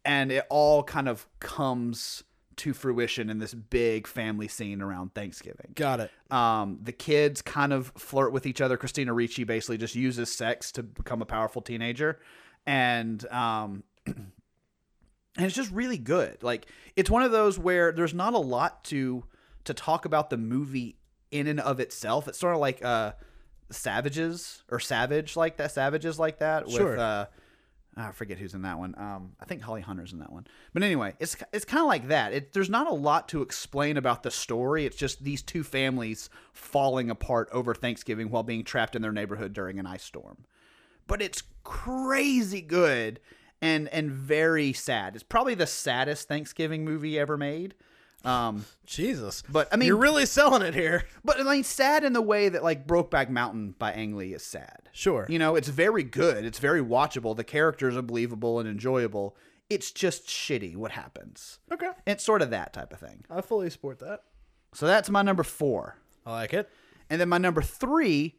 And it all kind of comes to fruition in this big family scene around Thanksgiving.
Got it.
Um, the kids kind of flirt with each other. Christina Ricci basically just uses sex to become a powerful teenager, and um, and it's just really good. Like it's one of those where there's not a lot to to talk about the movie in and of itself. It's sort of like uh, Savages or Savage like that. Savages like that with
Sure.
uh, I forget who's in that one. Um, I think Holly Hunter's in that one. But anyway, it's it's kind of like that. It, there's not a lot to explain about the story. It's just these two families falling apart over Thanksgiving while being trapped in their neighborhood during an ice storm. But it's crazy good and and very sad. It's probably the saddest Thanksgiving movie ever made. Um,
Jesus.
But, I mean-
you're really selling it here.
but I mean, sad in the way that like Brokeback Mountain by Ang Lee is sad.
Sure.
You know, it's very good. It's very watchable. The characters are believable and enjoyable. It's just shitty what happens.
Okay.
It's sort of that type of thing.
I fully support that.
So that's my number four.
I like it.
And then my number three,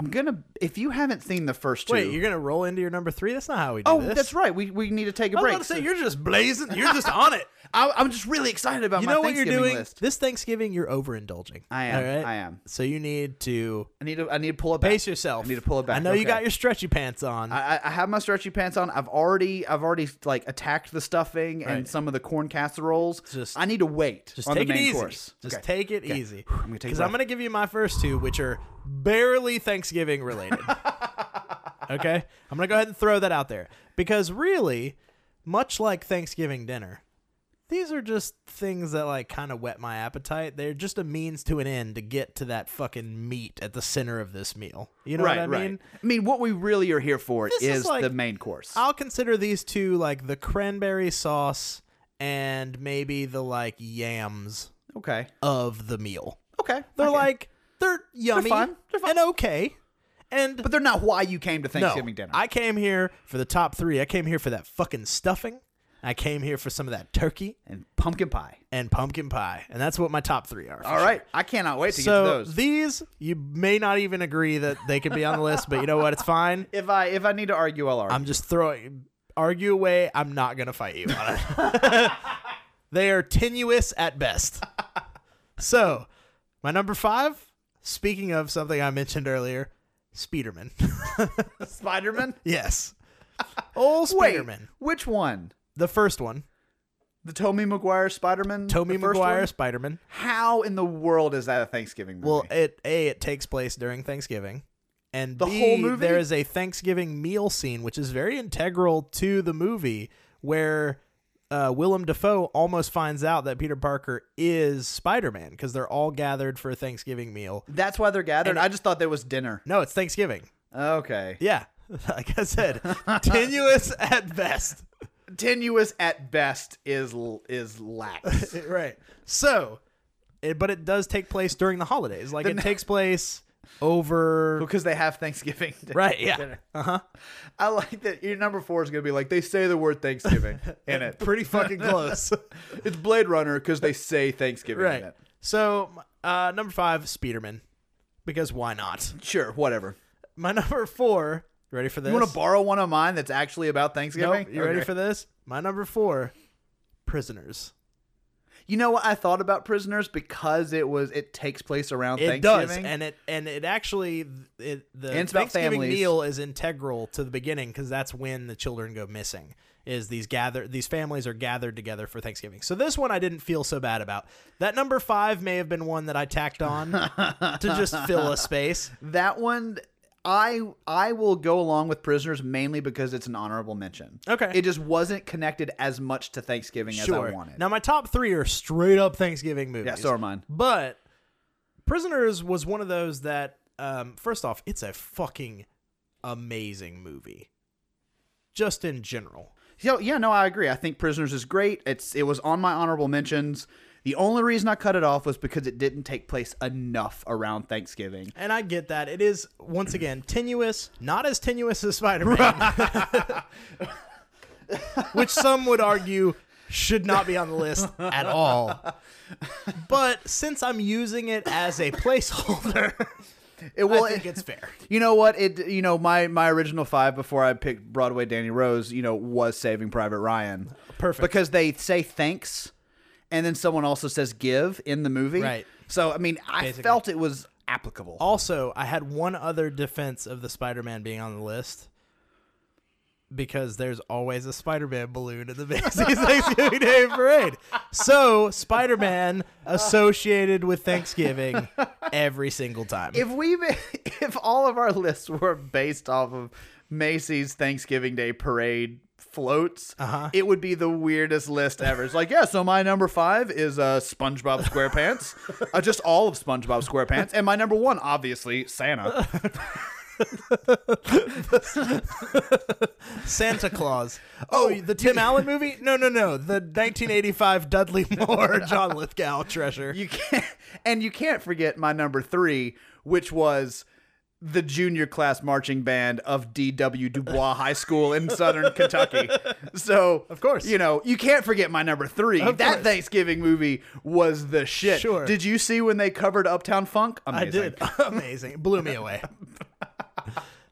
I'm gonna. If you haven't seen the first two,
Wait, you're gonna roll into your number three? That's not how we do
oh,
this.
that's right. We, we need to take a
I was
break.
about to say you're just blazing. You're just on (laughs) it.
I, I'm just really excited about
You
my
know what you're
Thanksgiving
doing
list.
this Thanksgiving. You're overindulging.
I am,
all right?
I am.
So you need to
I need to. I need to pull it back.
pace yourself.
I need to pull it back.
I know you
Okay.
got your stretchy pants on.
I, I- I have my stretchy pants on. I've already, I've already like attacked the stuffing and
Right.
some of the corn casseroles.
Just-
I need to wait.
just
on
take
the main
it easy.
Course.
Just
Okay.
take it
Okay.
easy.
I'm gonna take a
Because I'm
breath.
going to give you my first two, which are barely Thanksgiving
(laughs)
related. okay? I'm going to go ahead and throw that out there. Because really, much like Thanksgiving dinner, these are just things that like kind of whet my appetite. They're just a means to an end to get to that fucking meat at the center of this meal. You know
right,
what I
right.
mean?
I mean, what we really are here for
This
is,
is like-
the main course.
I'll consider these two like the cranberry sauce and maybe the like yams
okay.
of the meal.
Okay.
They're
Okay.
like they're yummy
fine. They're fine.
and okay. And
but they're not why you came to
no,
Thanksgiving dinner.
I came here for the top three. I came here for that fucking stuffing. I came here for some of that turkey
and pumpkin pie.
and pumpkin pie, and that's what my top three are. for
All
sure.
right. I cannot wait to get to
So
those.
these you may not even agree that they could be on the list, but you know what? It's fine.
if I if I need to argue, I'll argue.
I'm just throwing argue away. I'm not gonna fight you on it. (laughs) they are tenuous at best. So, my number five. Speaking of something I mentioned earlier, Speederman.
Spider-Man.
(laughs) yes, old
Wait,
Speederman.
which one?
The first one,
The Tommy Maguire Spider-Man.
Tommy
The first
Maguire
one?
Spiderman.
How in the world is that a Thanksgiving movie?
Well, it a it takes place during Thanksgiving, and
The
B,
whole movie?
there is a Thanksgiving meal scene which is very integral to the movie where uh, Willem Dafoe almost finds out that Peter Parker is Spider Man because they're all gathered for a Thanksgiving meal.
That's why they're gathered.
And-
I just thought there was dinner.
No, it's Thanksgiving.
Okay.
Yeah, (laughs) like I
(laughs)
said, tenuous at best.
Tenuous at best is l- is lax.
(laughs) right. So, it, but it does take place during the holidays. Like it takes place over.
because they have Thanksgiving. dinner.
Right. Yeah. Uh huh.
I like that your number 4 is going to be like they say the word
(laughs)
Thanksgiving in it.
Pretty fucking
(laughs)
close.
It's Blade Runner cuz they say Thanksgiving
right.
in it.
So, uh, number five, Speederman, because why not?
Sure, whatever.
My (laughs) number four, you ready for this?
You want to borrow one of mine that's actually about Thanksgiving?
Nope. You ready
Okay.
for this? My number four, Prisoners.
You know what I thought about Prisoners because it was it takes place around
It does,
Thanksgiving.
and it and it actually it, the
And it's about
Thanksgiving
families.
meal is integral to the beginning because that's when the children go missing. Is these gather these families are gathered together for Thanksgiving. So this one I didn't feel so bad about. That number five may have been one that I tacked on to just
(laughs)
fill a space.
that one I I will go along with Prisoners mainly because it's an honorable mention.
Okay.
It just wasn't connected as much to Thanksgiving as I wanted.
Now my top three are straight up Thanksgiving movies.
yeah, so are mine.
But Prisoners was one of those that, um, first off, it's a fucking amazing movie. Just in general.
So yeah, no, I agree. I think Prisoners is great. It's it was on my honorable mentions. The only reason I cut it off was because it didn't take place enough around Thanksgiving.
And I get that. It is, once again, (clears throat) tenuous, not as tenuous as Spider Man.
(laughs)
Which some would argue should not be on the list at all. But since I'm using it as a placeholder, (laughs)
It
I
will.
think it's fair.
you know what? It you know my my original five before I picked Broadway Danny Rose. You know was Saving Private Ryan.
Perfect.
because they say thanks, and then someone also says give in the movie.
Right.
So I mean, I
Basically.
felt it was applicable.
Also, I had one other defense of the Spider-Man being on the list because there's always a Spider-Man balloon in the Macy's Thanksgiving Day Parade. So Spider-Man associated with Thanksgiving every single time.
if we (laughs) ma- if all of our lists were based off of Macy's Thanksgiving Day parade floats,
Uh-huh.
it would be the weirdest list ever. It's like, yeah, so my number five is uh,
(laughs)
SpongeBob SquarePants, uh, just all of SpongeBob SquarePants, and my number one, obviously, Santa.
Santa Claus. Oh, the Tim Allen movie? No, no, no. The 1985 Dudley Moore John Lithgow treasure.
You can't, and you can't forget my number three, which was. The junior class marching band of
(laughs)
D.W. Dubois High School in Southern Kentucky. So, of
course.
you know, you can't forget my number three.
Of
that
course.
Thanksgiving movie was the shit.
Sure.
Did (laughs) you see when they covered Uptown Funk?
I
Amazing.
did. Amazing. It blew me away. (laughs)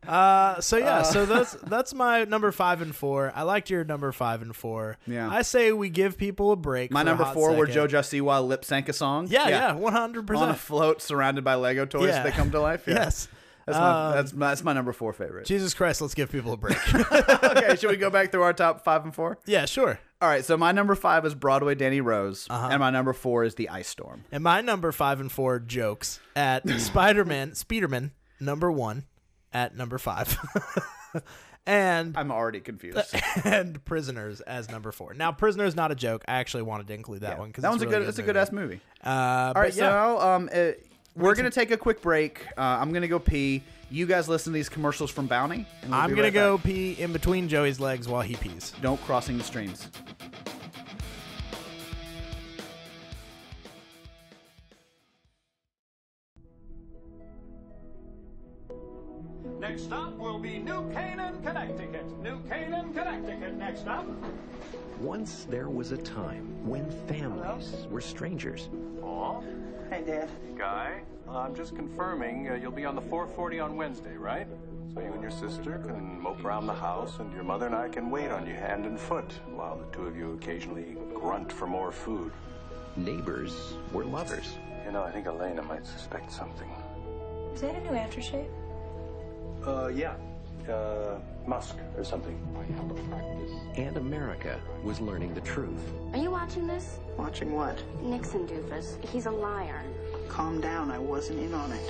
Uh, so yeah, so that's that's my number five and four. I liked your number five and four.
Yeah.
I say we give people a break.
My
for a
number
hot
four where
second.
JoJo Siwa lip sank a song.
Yeah, yeah, one hundred
On a
percent.
float surrounded by Lego toys
Yeah.
that come to life. Yeah.
Yes. um,
That's my, that's, my, that's my number
(laughs)
four favorite.
Jesus Christ, let's give people a
(laughs)
break.
okay, should we go back through our top five and four?
yeah, sure.
All right, so my number five is Broadway Danny Rose,
Uh-huh.
and my number four is The Ice Storm.
And my number five and four jokes
(clears throat)
at Spider Man, Speederman, number one, at number five, (laughs) and
I'm already confused.
and Prisoners as number four. Now, Prisoners not a joke. I actually wanted to include that one because
that one's
really
a good. It's a good
movie.
ass movie.
Uh,
All
but
right, so
yeah.
now um, uh, we're gonna take a quick break. Uh, I'm gonna go pee. You guys listen to these commercials from Bounty. and we'll
I'm
be
gonna
right
go
back.
pee in between Joey's legs while he pees.
Don't crossing the streams.
Next stop will be New Canaan, Connecticut. New Canaan, Connecticut, next up.
Once there was a time when families were strangers.
Aw.
Hey, Dad.
Guy, I'm just confirming uh, you'll be on the 440 on Wednesday, right? So you and your sister can mope around the house, and your mother and I can wait on you hand and foot while the two of you occasionally grunt for more food.
Neighbors were lovers.
You know, I think Elena might suspect something.
Is that a new aftershave?
Uh, yeah. Uh, Musk or something.
And America was learning the truth.
Are you watching this?
Watching what?
Nixon doofus. He's a liar.
Calm down, I wasn't in on it.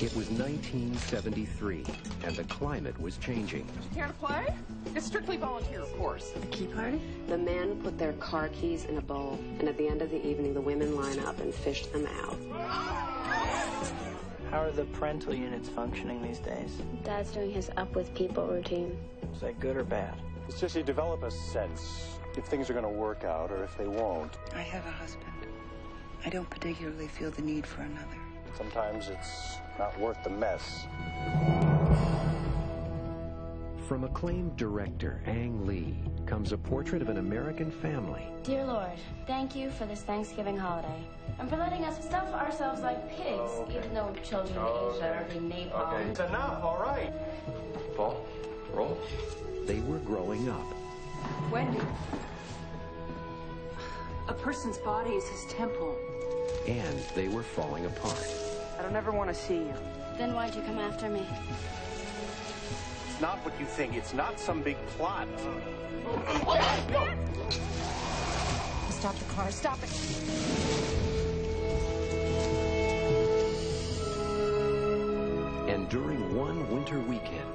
It was 1973, and the climate was changing.
Care to play? It's strictly volunteer, of course.
Key party?
The men put their car keys in a bowl, and at the end of the evening, the women line up and fish them out.
How are the parental units functioning these days?
Dad's doing his up with people routine.
Is that good or bad?
It's just you develop a sense if things are going to work out or if they won't.
I have a husband. I don't particularly feel the need for another.
Sometimes it's not worth the mess.
From acclaimed director Ang Lee comes a portrait of an American family
Dear Lord, thank you for this Thanksgiving holiday and for letting us stuff ourselves like pigs, even though children in Asia are being napalm.
enough, all right. Paul, roll.
they were growing up.
Wendy. A person's body is his temple.
and they were falling apart.
I don't ever want to see you.
Then why'd you come after me?
It's not what you think. It's not some big plot.
Stop the car. Stop it.
And during one winter weekend,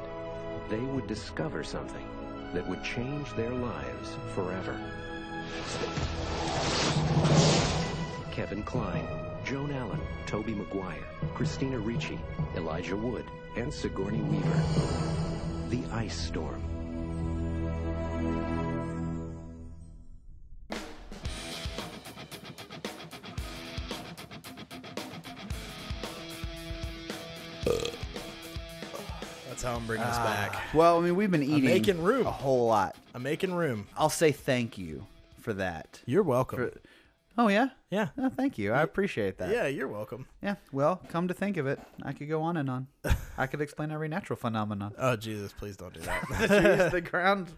they would discover something that would change their lives forever. Kevin Kline, Joan Allen, Toby Maguire, Christina Ricci, Elijah Wood, and Sigourney Weaver. The Ice Storm.
That's how I'm bringing us back.
Well, I mean, we've been eating
making room.
a whole lot.
I'm making room.
I'll say thank you for that.
You're welcome.
For- oh yeah,
yeah.
Oh, thank you. I appreciate that.
Yeah, you're welcome.
Yeah. Well, come to think of it, I could go on
(laughs)
and on. I could explain every natural phenomenon.
Oh Jesus, please don't do (laughs) that.
Jeez, (laughs) the ground.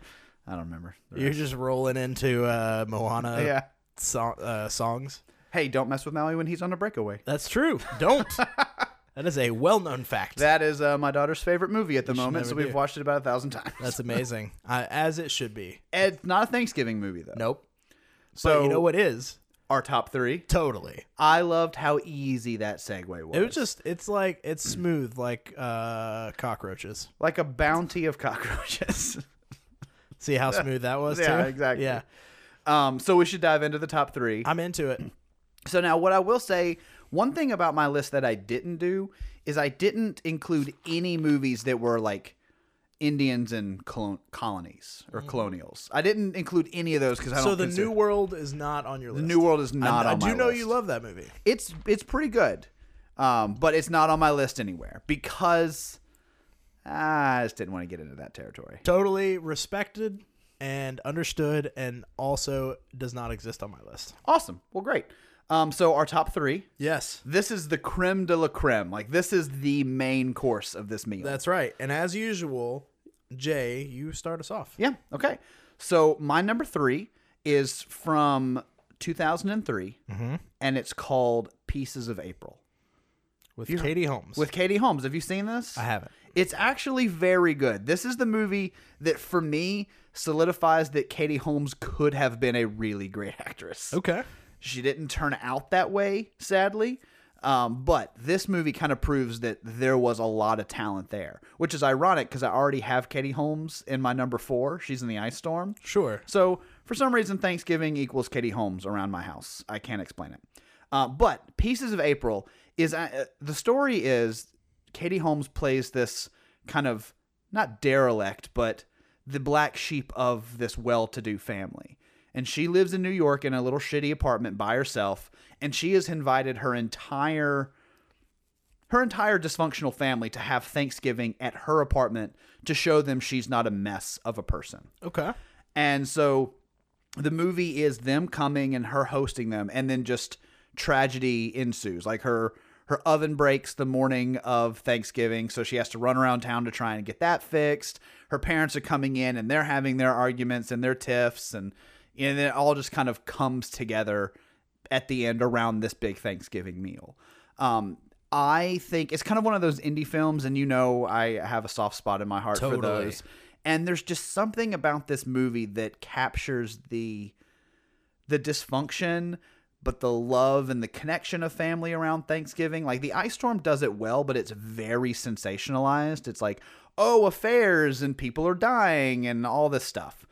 I don't remember. the
you're
rest.
just rolling into uh, Moana
Yeah.
so- uh, songs.
Hey, don't mess with Maui when he's on a breakaway.
That's true. Don't. (laughs) that is a well-known fact.
That is uh, my daughter's favorite movie at the
should
moment, so
never
we've
do.
watched it about a
(laughs)
thousand times.
That's amazing. uh, as it should be.
it's not a Thanksgiving movie though.
Nope.
So
but you know what is
Our top three.
totally.
I loved how easy that segue was.
It was just. It's like it's smooth like uh, cockroaches.
like a bounty
(laughs)
of cockroaches.
See (laughs) how smooth that was.
(laughs) Yeah,
too?
exactly.
Yeah,
um, so we should dive into the top three.
I'm into it.
So now, what I will say, one thing about my list that I didn't do is I didn't include any movies that were like Indians and colon- colonies or colonials. I didn't include any of those because I don't.
Mm. So the
consider-
New World is not on your list.
New World is not
I,
on
I
my
do know
list.
you love that movie.
it's it's pretty good, um, but it's not on my list anywhere because ah, I just didn't want to get into that territory.
Totally respected and understood, and also does not exist on my list.
Awesome. Well, great. Um, so our top three.
Yes.
This is the creme de la creme. Like this is the main course of this meal.
That's right. And as usual, Jay, you start us off.
Yeah. Okay. So my number three is from 2003, and it's called Pieces of April
With
You-
Katie Holmes.
with Katie Holmes. Have you seen this?
I haven't.
It's actually very good. This is the movie that for me solidifies that Katie Holmes could have been a really great (laughs) actress.
Okay.
She didn't turn out that way, sadly. Um, but this movie kind of proves that there was a lot of talent there, which is ironic because I already have Katie Holmes in my number four. She's in the Ice Storm.
Sure.
So for some reason, Thanksgiving equals Katie Holmes around my house. I can't explain it. Uh, but Pieces of April is uh, the story is Katie Holmes plays this kind of not derelict, but the black sheep of this well-to-do family. And she lives in New York in a little shitty apartment by herself, and she has invited her entire her entire dysfunctional family to have Thanksgiving at her apartment to show them she's not a mess of a person.
Okay.
And so the movie is them coming and her hosting them and then just tragedy ensues. Like her her oven breaks the morning of Thanksgiving, so she has to run around town to try and get that fixed. Her parents are coming in and they're having their arguments and their tiffs and and then it all just kind of comes together at the end around this big Thanksgiving meal. Um I think it's kind of one of those indie films, and you know I have a soft spot in my heart for
Totally.
those. And there's just something about this movie that captures the the dysfunction, but the love and the connection of family around Thanksgiving. Like the Ice Storm does it well, but it's very sensationalized. It's like, oh, affairs and people are dying and all this stuff.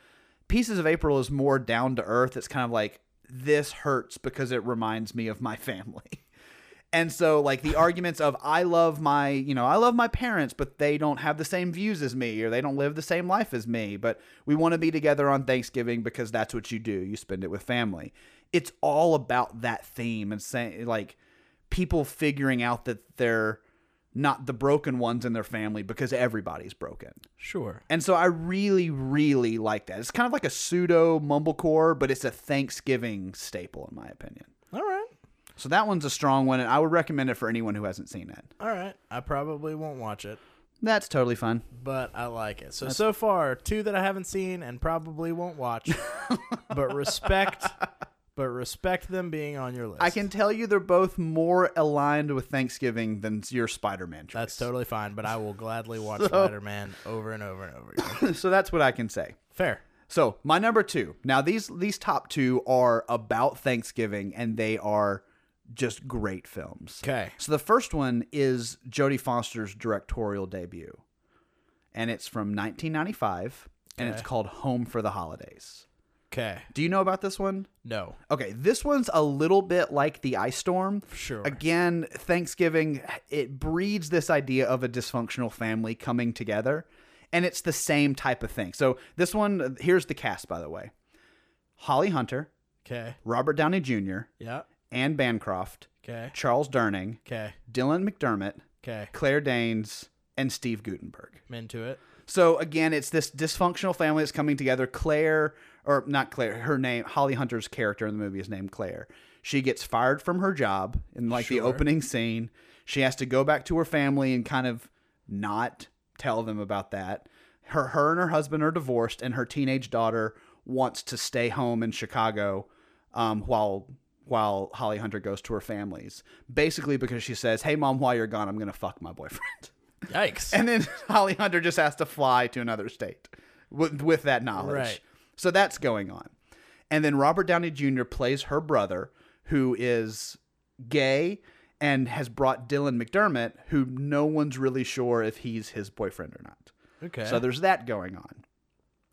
Pieces of April is more down to earth. It's kind of like, this hurts because it reminds me of my family. (laughs) And so like the arguments of I love my, you know, I love my parents, but they don't have the same views as me or they don't live the same life as me, but we want to be together on Thanksgiving because that's what you do. You spend it with family. It's all about that theme and saying like people figuring out that they're not the broken ones in their family because everybody's broken.
Sure.
And so I really, really like that. It's kind of like a pseudo mumblecore, but it's a Thanksgiving staple in my opinion.
All right.
So that one's a strong one, and I would recommend it for anyone who hasn't seen it.
All right. I probably won't watch it,
That's totally fun.
but I like it. So so far, two that I haven't seen and probably won't
(laughs)
watch. but respect but respect them being on your list.
I can tell you they're both more aligned with Thanksgiving than your Spider-Man choice.
That's totally fine, but I will gladly watch Spider-Man over and over and over again.
(laughs) so that's what I can say.
Fair.
So my number two. Now these these top two are about Thanksgiving, and they are just great films.
Okay.
So the first one is Jodie Foster's directorial debut, and it's from 1995, and it's
Okay.
called Home for the Holidays.
Okay.
Do you know about this one?
No.
Okay, this one's a little bit like the ice storm.
Sure.
Again, Thanksgiving it breeds this idea of a dysfunctional family coming together, and it's the same type of thing. So this one, here's the cast, by the way: Holly Hunter,
Okay.
Robert Downey Jr.,
Yeah.
Anne Bancroft,
Okay.
Charles Durning,
Okay.
Dylan McDermott,
Okay.
Claire Danes, and Steve Gutenberg.
I'm into it.
So again, it's this dysfunctional family that's coming together. Claire, or not Claire, her name, Holly Hunter's character in the movie is named Claire. She gets fired from her job in like the
Sure.
opening scene. She has to go back to her family and kind of not tell them about that. Her, her and her husband are divorced, and her teenage daughter wants to stay home in Chicago um, while while Holly Hunter goes to her family's. Basically, because she says, "Hey, mom, while you're gone, I'm gonna fuck my boyfriend." (laughs)
Yikes.
And then (laughs) Holly Hunter just has to fly to another state with, with that knowledge.
Right.
So that's going on. And then Robert Downey Jr. plays her brother, who is gay and has brought Dylan McDermott, who no one's really sure if he's his boyfriend or not.
okay.
So there's that going on.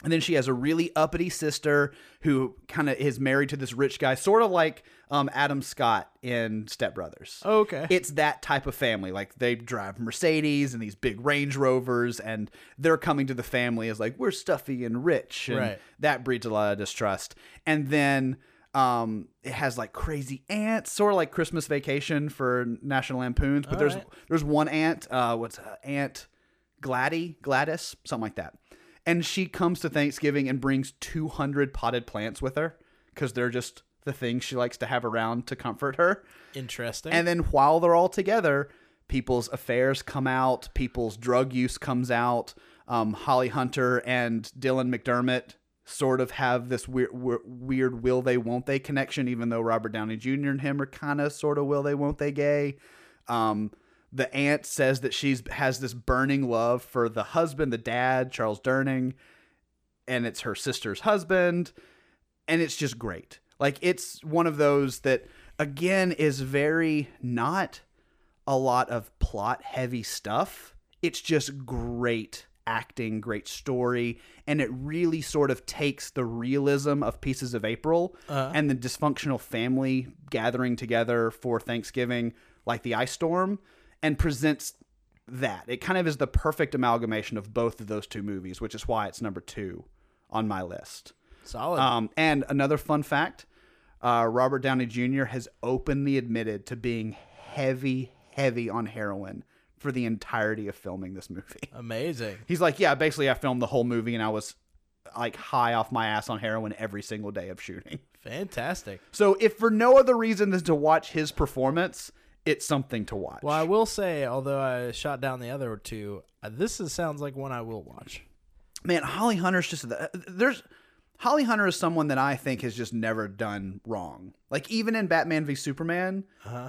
And then she has a really uppity sister who kind of is married to this rich guy, sort of like um, Adam Scott in Step Brothers.
Okay.
It's that type of family. Like they drive Mercedes and these big Range Rovers, and they're coming to the family as like, we're stuffy and rich. And
Right.
that breeds a lot of distrust. And then um, it has like crazy ants, sort of like Christmas Vacation for National Lampoons. But
All
there's
right.
there's one ant, uh, what's uh, Aunt Gladdy, Gladys, something like that. And she comes to Thanksgiving and brings 200 potted plants with her because they're just the things she likes to have around to comfort her.
Interesting.
And then while they're all together, people's affairs come out, people's drug use comes out. Um, Holly Hunter and Dylan McDermott sort of have this weird, weird will they, won't they connection, even though Robert Downey Jr. and him are kind of sort of will they, won't they gay. Um, the aunt says that she's has this burning love for the husband, the dad, Charles Durning, and it's her sister's husband, and it's just great. Like it's one of those that again is very not a lot of plot heavy stuff. It's just great acting, great story, and it really sort of takes the realism of Pieces of April
Uh-huh.
and the dysfunctional family gathering together for Thanksgiving, like the ice storm, and presents that. It kind of is the perfect amalgamation of both of those two movies, which is why it's number two on my list.
Solid.
Um, and another fun fact uh, Robert Downey Jr. has openly admitted to being heavy, heavy on heroin for the entirety of filming this movie. (laughs)
Amazing.
He's like, yeah, basically, I filmed the whole movie and I was like high off my ass on heroin every single day of shooting. (laughs)
Fantastic.
So, if for no other reason than to watch his performance, it's something to watch.
Well, I will say, although I shot down the other two, uh, this is, sounds like one I will watch.
Man, Holly Hunter's just the, there's Holly Hunter is someone that I think has just never done wrong. Like even in Batman v Superman,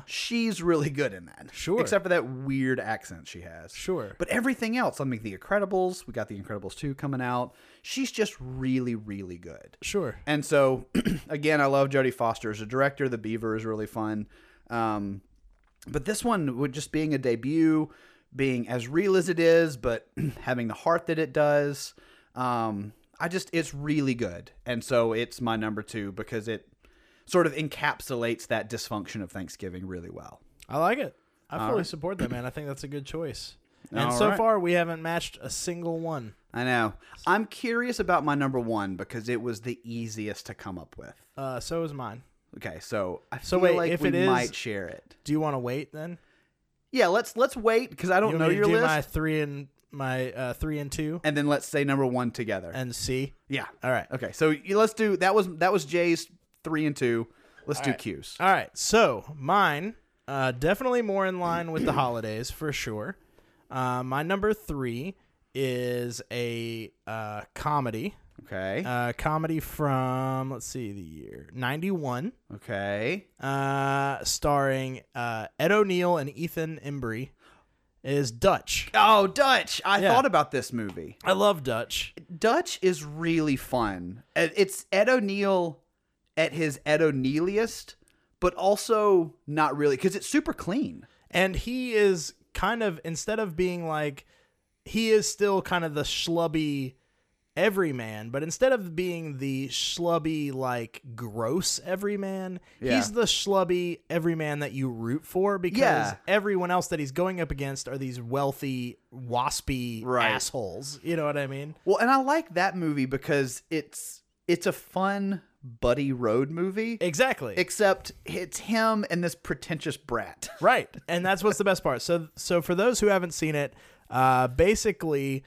she's really good in that.
Uh-huh. Sure.
except for that weird accent she has.
Sure.
But everything else, I mean, The Incredibles, we got The Incredibles 2 coming out. She's just really, really good.
Sure.
And so, (clears throat) again, I love Jodie Foster as a director. The Beaver is really fun. Um, but this one, with just being a debut, being as real as it is, but (clears throat) having the heart that it does, um, I just, it's really good. And so it's my number two because it sort of encapsulates that dysfunction of Thanksgiving really well.
I like it. I
All
fully
right.
support that, man. I think that's a good
(clears throat)
choice. And
All
so
right.
far, we haven't matched a single one.
I know. I'm curious about my number one because it was the easiest to come up with.
Uh, so is mine.
Okay, so I
So
feel
wait,
like
if
we
it is-
might share it.
Do you want to wait then?
Yeah, let's let's wait because I don't
you want
know
me to
your
do
list,
My three and my uh, three and two
and then let's say number one together.
and C.
yeah.
All right.
Okay, so you- let's do that. Was that was Jay's three and two? Let's do Q's.
All right. So mine, uh, definitely more in line with the holidays for sure. Uh, my number three is a uh, comedy.
Okay.
Uh, comedy from let's see the year ninety one,
okay.
uh, starring uh, Ed O'Neill and Ethan Embry, is Dutch.
Oh, Dutch! I
Yeah.
thought about this movie.
I love Dutch.
Dutch is really fun. It- It's Ed O'Neill at his Ed O'Neilliest, but also not really because it's super clean.
and he is kind of instead of being like he is still kind of the schlubby everyman but instead of being the schlubby like gross everyman
Yeah.
he's the schlubby everyman that you root for because
Yeah.
everyone else that he's going up against are these wealthy waspy
Right.
assholes you know what i mean
Well, and I like that movie because it's it's a fun buddy road movie.
exactly
Except it's him and this pretentious brat.
Right. And that's what's the best part. So so for those who haven't seen it, uh basically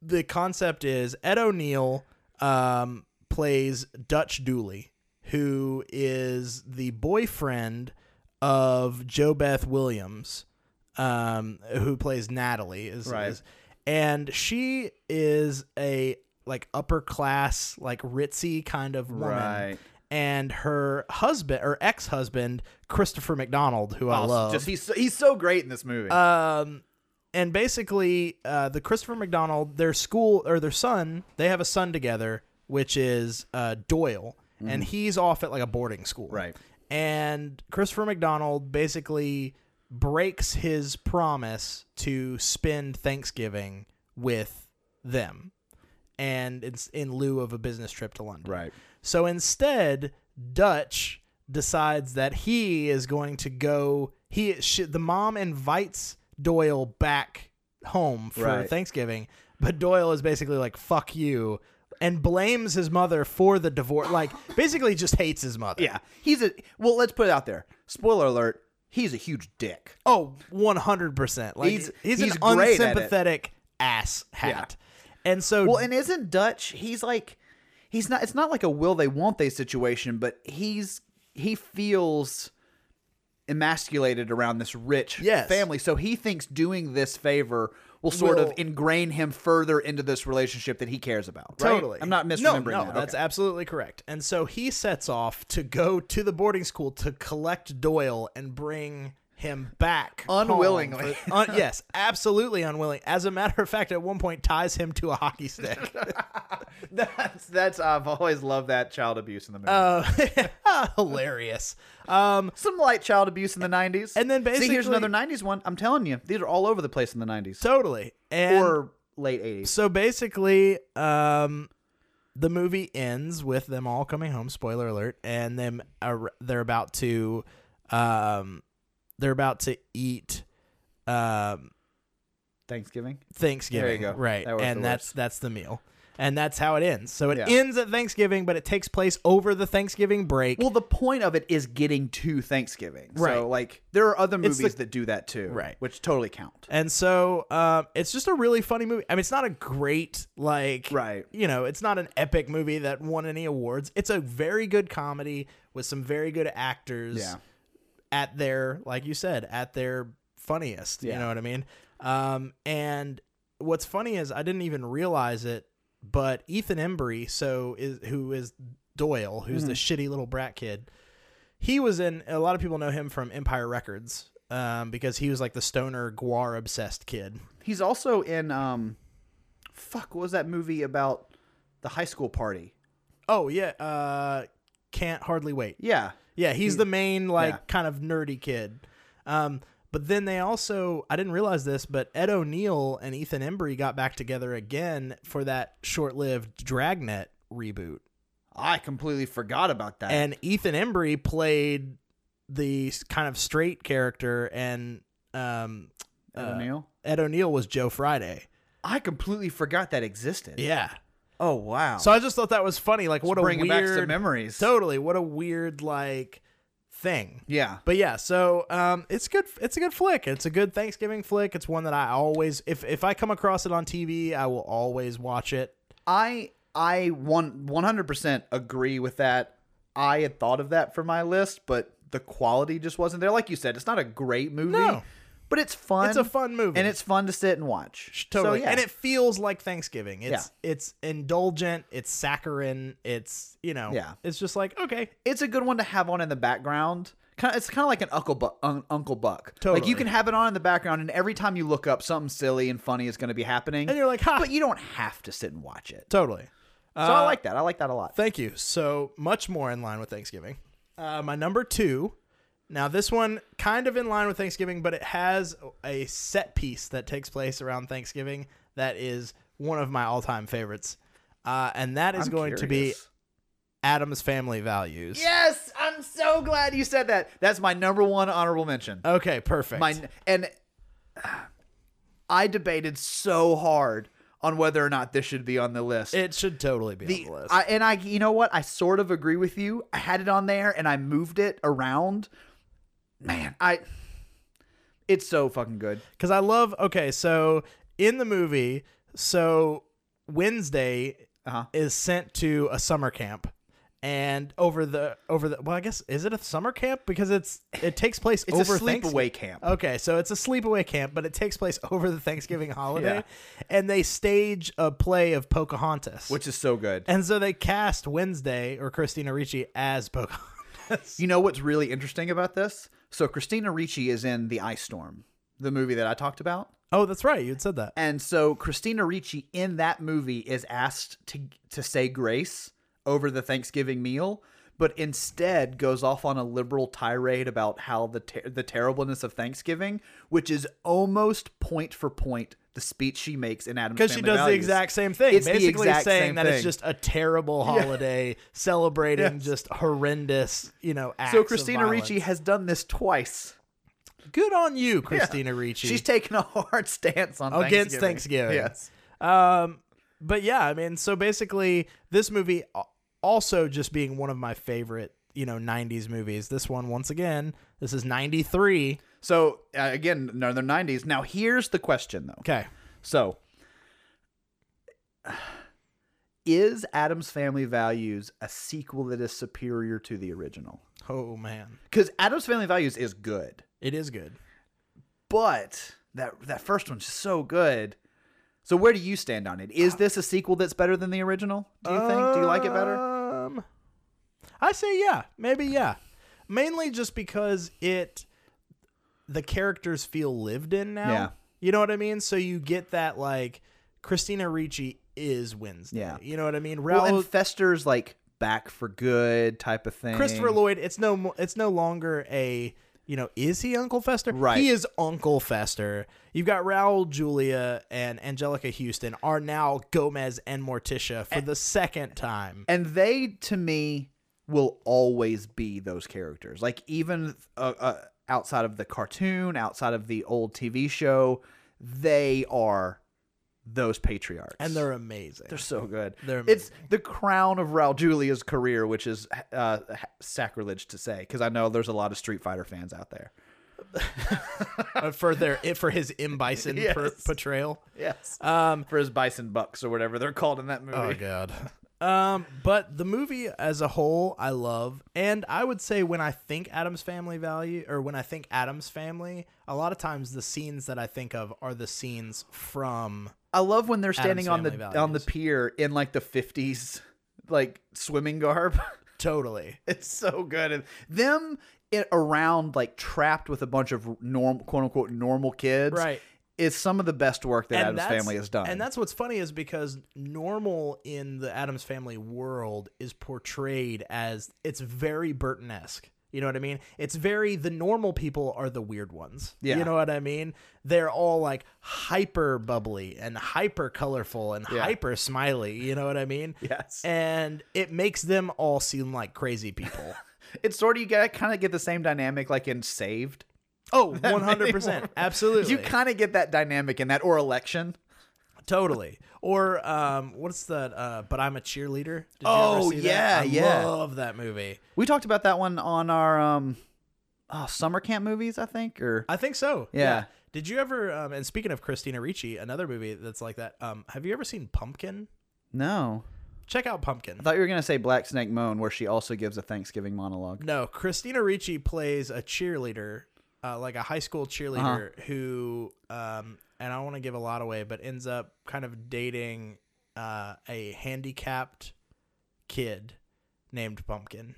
the concept is Ed O'Neill um plays Dutch Dooley, who is the boyfriend of Jo Beth Williams, um, who plays Natalie is,
Right.
is- and she is a like upper class, like ritzy kind of woman
Right.
and her husband or ex-husband Christopher McDonald, (laughs) who I love.
Just he's so, he's so great in this movie.
um, and basically, uh, the Christopher McDonald, their school or their son, they have a son together, which is uh, Doyle, and he's off at like a boarding school,
Mm-hmm. Right.
And Christopher McDonald basically breaks his promise to spend Thanksgiving with them, and it's in lieu of a business trip to London,
right.
so instead, Dutch decides that he is going to go. He she, the mom invites Doyle back home for
Right.
Thanksgiving, but Doyle is basically like "fuck you" and blames his mother for the divorce. Like basically, just hates his mother.
Yeah. He's a well. Let's put it out there. Spoiler alert. He's a huge dick.
Oh, 100%. Like he's,
He's-
he's,
he's
an
great at it.
unsympathetic ass hat. And so
Well, and isn't Dutch? He's like he's not it's not like a will they won't they situation, but he's he feels emasculated around this rich
Yes.
family. So he thinks doing this favor will sort
Will-
of ingrain him further into this relationship that he cares about. right?
Totally.
I'm not misremembering
No, no,
that.
that's
Okay.
absolutely correct. And so he sets off to go to the boarding school to collect Doyle and bring him back home
Unwillingly.
for- un- (laughs) yes, absolutely unwilling. As a matter of fact, at one point ties him to a hockey
(laughs)
stick.
that's that's I've always loved that child abuse in the movie.
Uh, (laughs) hilarious. Um,
Some light child abuse in the 90s.
and then
See, here's
basically-
another 90s one. I'm telling you, these are all over the place in the 90s
totally. And
or late 80s.
so basically, um, the movie ends with them all coming home. Spoiler alert! And them ar- they're about to, um, they're about to eat, um,
Thanksgiving.
Thanksgiving.
There you go.
Right,
That was
and
the
that's
worst.
that's the meal. And that's how it ends. So it
Yeah.
ends at Thanksgiving, but it takes place over the Thanksgiving break.
Well, the point of it is getting to Thanksgiving.
Right.
So, like, there are other
It's
movies
the-
that do that too.
Right.
Which totally count.
And so um, it's just a really funny movie. I mean, it's not a great, like,
Right.
you know, it's not an epic movie that won any awards. It's a very good comedy with some very good actors
Yeah.
at their, like you said, at their funniest. You
Yeah.
know what I mean? Um, and what's funny is I didn't even realize it, but Ethan Embry, so is who is Doyle, who's the shitty little brat kid he was in a lot of people know him from empire records um, because he was like the stoner guar obsessed kid
He's also in, um, fuck, what was that movie about the high school party?
oh yeah uh, can't hardly wait
Yeah.
yeah he's the main like
yeah.
kind of nerdy kid um, but then they also i didn't realize this but ed o'neill and ethan embry got back together again for that short-lived dragnet reboot
I completely forgot about that.
and Ethan Embry played the s- kind of straight character, and um,
Ed
uh,
O'Neill?
Ed O'Neill was Joe Friday.
I completely forgot that existed.
Yeah.
Oh, wow.
So I just thought that was funny. Like, what a
bringing
weird
back some memories.
Totally. What a weird like thing.
yeah.
But yeah, so um, it's good. It's a good flick. It's a good Thanksgiving flick. It's one that I always, if if I come across it on TV, I will always watch it.
I I one one hundred percent agree with that. I had thought of that for my list, but the quality just wasn't there. Like you said, it's not a great movie,
No.
but it's fun.
It's a fun movie.
and it's fun to sit and watch.
Totally.
So, yeah.
And it feels like Thanksgiving. It's it's indulgent, it's saccharine, it's you know,
Yeah.
it's just like, okay.
it's a good one to have on in the background. Kind of, it's kind of like an Uncle Buck. Un- Uncle Buck. Like
Totally.
you can have it on in the background, and every time you look up, something silly and funny is going to be happening.
And you're like, ha. uh,
but you don't have to sit and watch it. So
Totally.
I like that. I like that a lot.
Thank you. So much more in line with Thanksgiving. Uh, my number two. Now this one kind of in line with Thanksgiving, but it has a set piece that takes place around Thanksgiving that is one of my all-time favorites, uh, and that is
I'm
going to be
curious.
Adam's Family Values.
Yes, I'm so glad you said that. That's my number one honorable mention.
Okay. Perfect.
My and (sighs) I debated so hard on whether or not this should be on the list.
it should totally be
the,
on the list.
I, and I, you know what? I sort of agree with you. I had it on there and I moved it around. Man, I. It's so fucking good.
Because I love. Okay, so in the movie, so Wednesday
Uh-huh.
is sent to a summer camp, and over the over the well, I guess is it a summer camp because it's it takes place
It's
over
a sleepaway
Thanksgiving.
camp.
Okay, so it's a sleepaway camp, but it takes place (laughs) over the Thanksgiving holiday,
Yeah.
and they stage a play of Pocahontas,
Which is so good.
and so they cast Wednesday or Christina Ricci as Pocahontas. (laughs)
You know what's really interesting about this? So Christina Ricci is in The Ice Storm, the movie that I talked about.
oh, that's right, you had said that.
And so Christina Ricci in that movie is asked to to say grace over the Thanksgiving meal, but instead goes off on a liberal tirade about how the ter- the terribleness of Thanksgiving, which is almost point for point the speech she makes in Adam's
Because she
Family
does the
Values.
exact same thing.
It's the
Basically
exact
saying
same
that it's
thing.
just a terrible
(laughs)
holiday celebrating
Yes.
just horrendous, you know, acts.
So
of
Christina Ricci
violence.
has done this twice.
good on you,
Yeah.
(laughs) Christina Ricci.
She's taken a hard stance on
against Thanksgiving.
Thanksgiving. Yes.
Um, but yeah, I mean, so basically, this movie al- also just being one of my favorite, you know, '90s movies. This one, once again, this is '93.
So uh, again, another 90s. Now here's the question though.
Okay,
So, is Adam's Family Values a sequel that is superior to the original?
Oh man,
because Adam's Family Values is good.
It is good.
But that that first one's just so good. So where do you stand on it? Is this a sequel that's better than the original? Do you think? Do you like it better?
Um, I say yeah, maybe yeah. Mainly just because it, the characters feel lived in now.
Yeah.
You know what I mean? So you get that like Christina Ricci is Wednesday.
Yeah.
You know what I mean?
Well,
Raoul-
and Fester's like back for good type of thing.
Christopher Lloyd. It's no. mo- It's no longer a. You know, is he Uncle Fester?
Right.
He is Uncle Fester. You've got Raul, Julia, and Angelica Houston are now Gomez and Morticia for the second time.
and they to me will always be those characters like even uh, uh, outside of the cartoon outside of the old tv show they are those patriarchs
And they're amazing.
they're so good
They're
it's the crown of raul julia's career which is uh, sacrilege to say because i know there's a lot of street fighter fans out there
Uh, for their it for his M Bison per-
Yes.
portrayal.
yes
Um, Oh,
for his bison bucks or whatever they're called in that movie
god. Um, but the movie as a whole, I love, and I would say when I think Adam's Family value, or when I think Adam's Family, a lot of times the scenes that I think of are the scenes from
I love when they're
Adam's
standing on the
family
on the
values.
pier in like the fifties, like swimming garb. (laughs)
totally.
it's so good. And them i around like trapped with a bunch of normal, quote unquote, normal kids.
Right.
Is some of the best work that Adam's
that's-
family has done.
And that's what's funny is because normal in the Adams family world is portrayed as it's very Burton esque. You know what I mean? It's very the normal people are the weird ones.
Yeah.
You know what I mean? They're all like hyper bubbly and hyper colorful and
Yeah.
hyper smiley. You know what I mean?
(laughs) Yes.
And it makes them all seem like crazy
(laughs)
people.
it's sort of you get kind of get the same dynamic like in Saved. (laughs)
oh, 100%. Absolutely.
You kind of get that dynamic in that or election.
Totally. Or um, what's that? Uh, but I'm a cheerleader. Did
Oh,
you ever see
yeah,
that? I
yeah.
Love that movie.
We talked about that one on our um, oh, summer camp movies, I think, or
I think so.
Yeah.
Did you ever? Um, and speaking of Christina Ricci, another movie that's like that. Um, have you ever seen Pumpkin?
no.
Check out Pumpkin.
I thought you were gonna say Black Snake Moan, where she also gives a Thanksgiving monologue.
No, Christina Ricci plays a cheerleader, uh, like a high school cheerleader who, um, and I don't want to give a lot away, but ends up kind of dating uh, a handicapped kid named Pumpkin.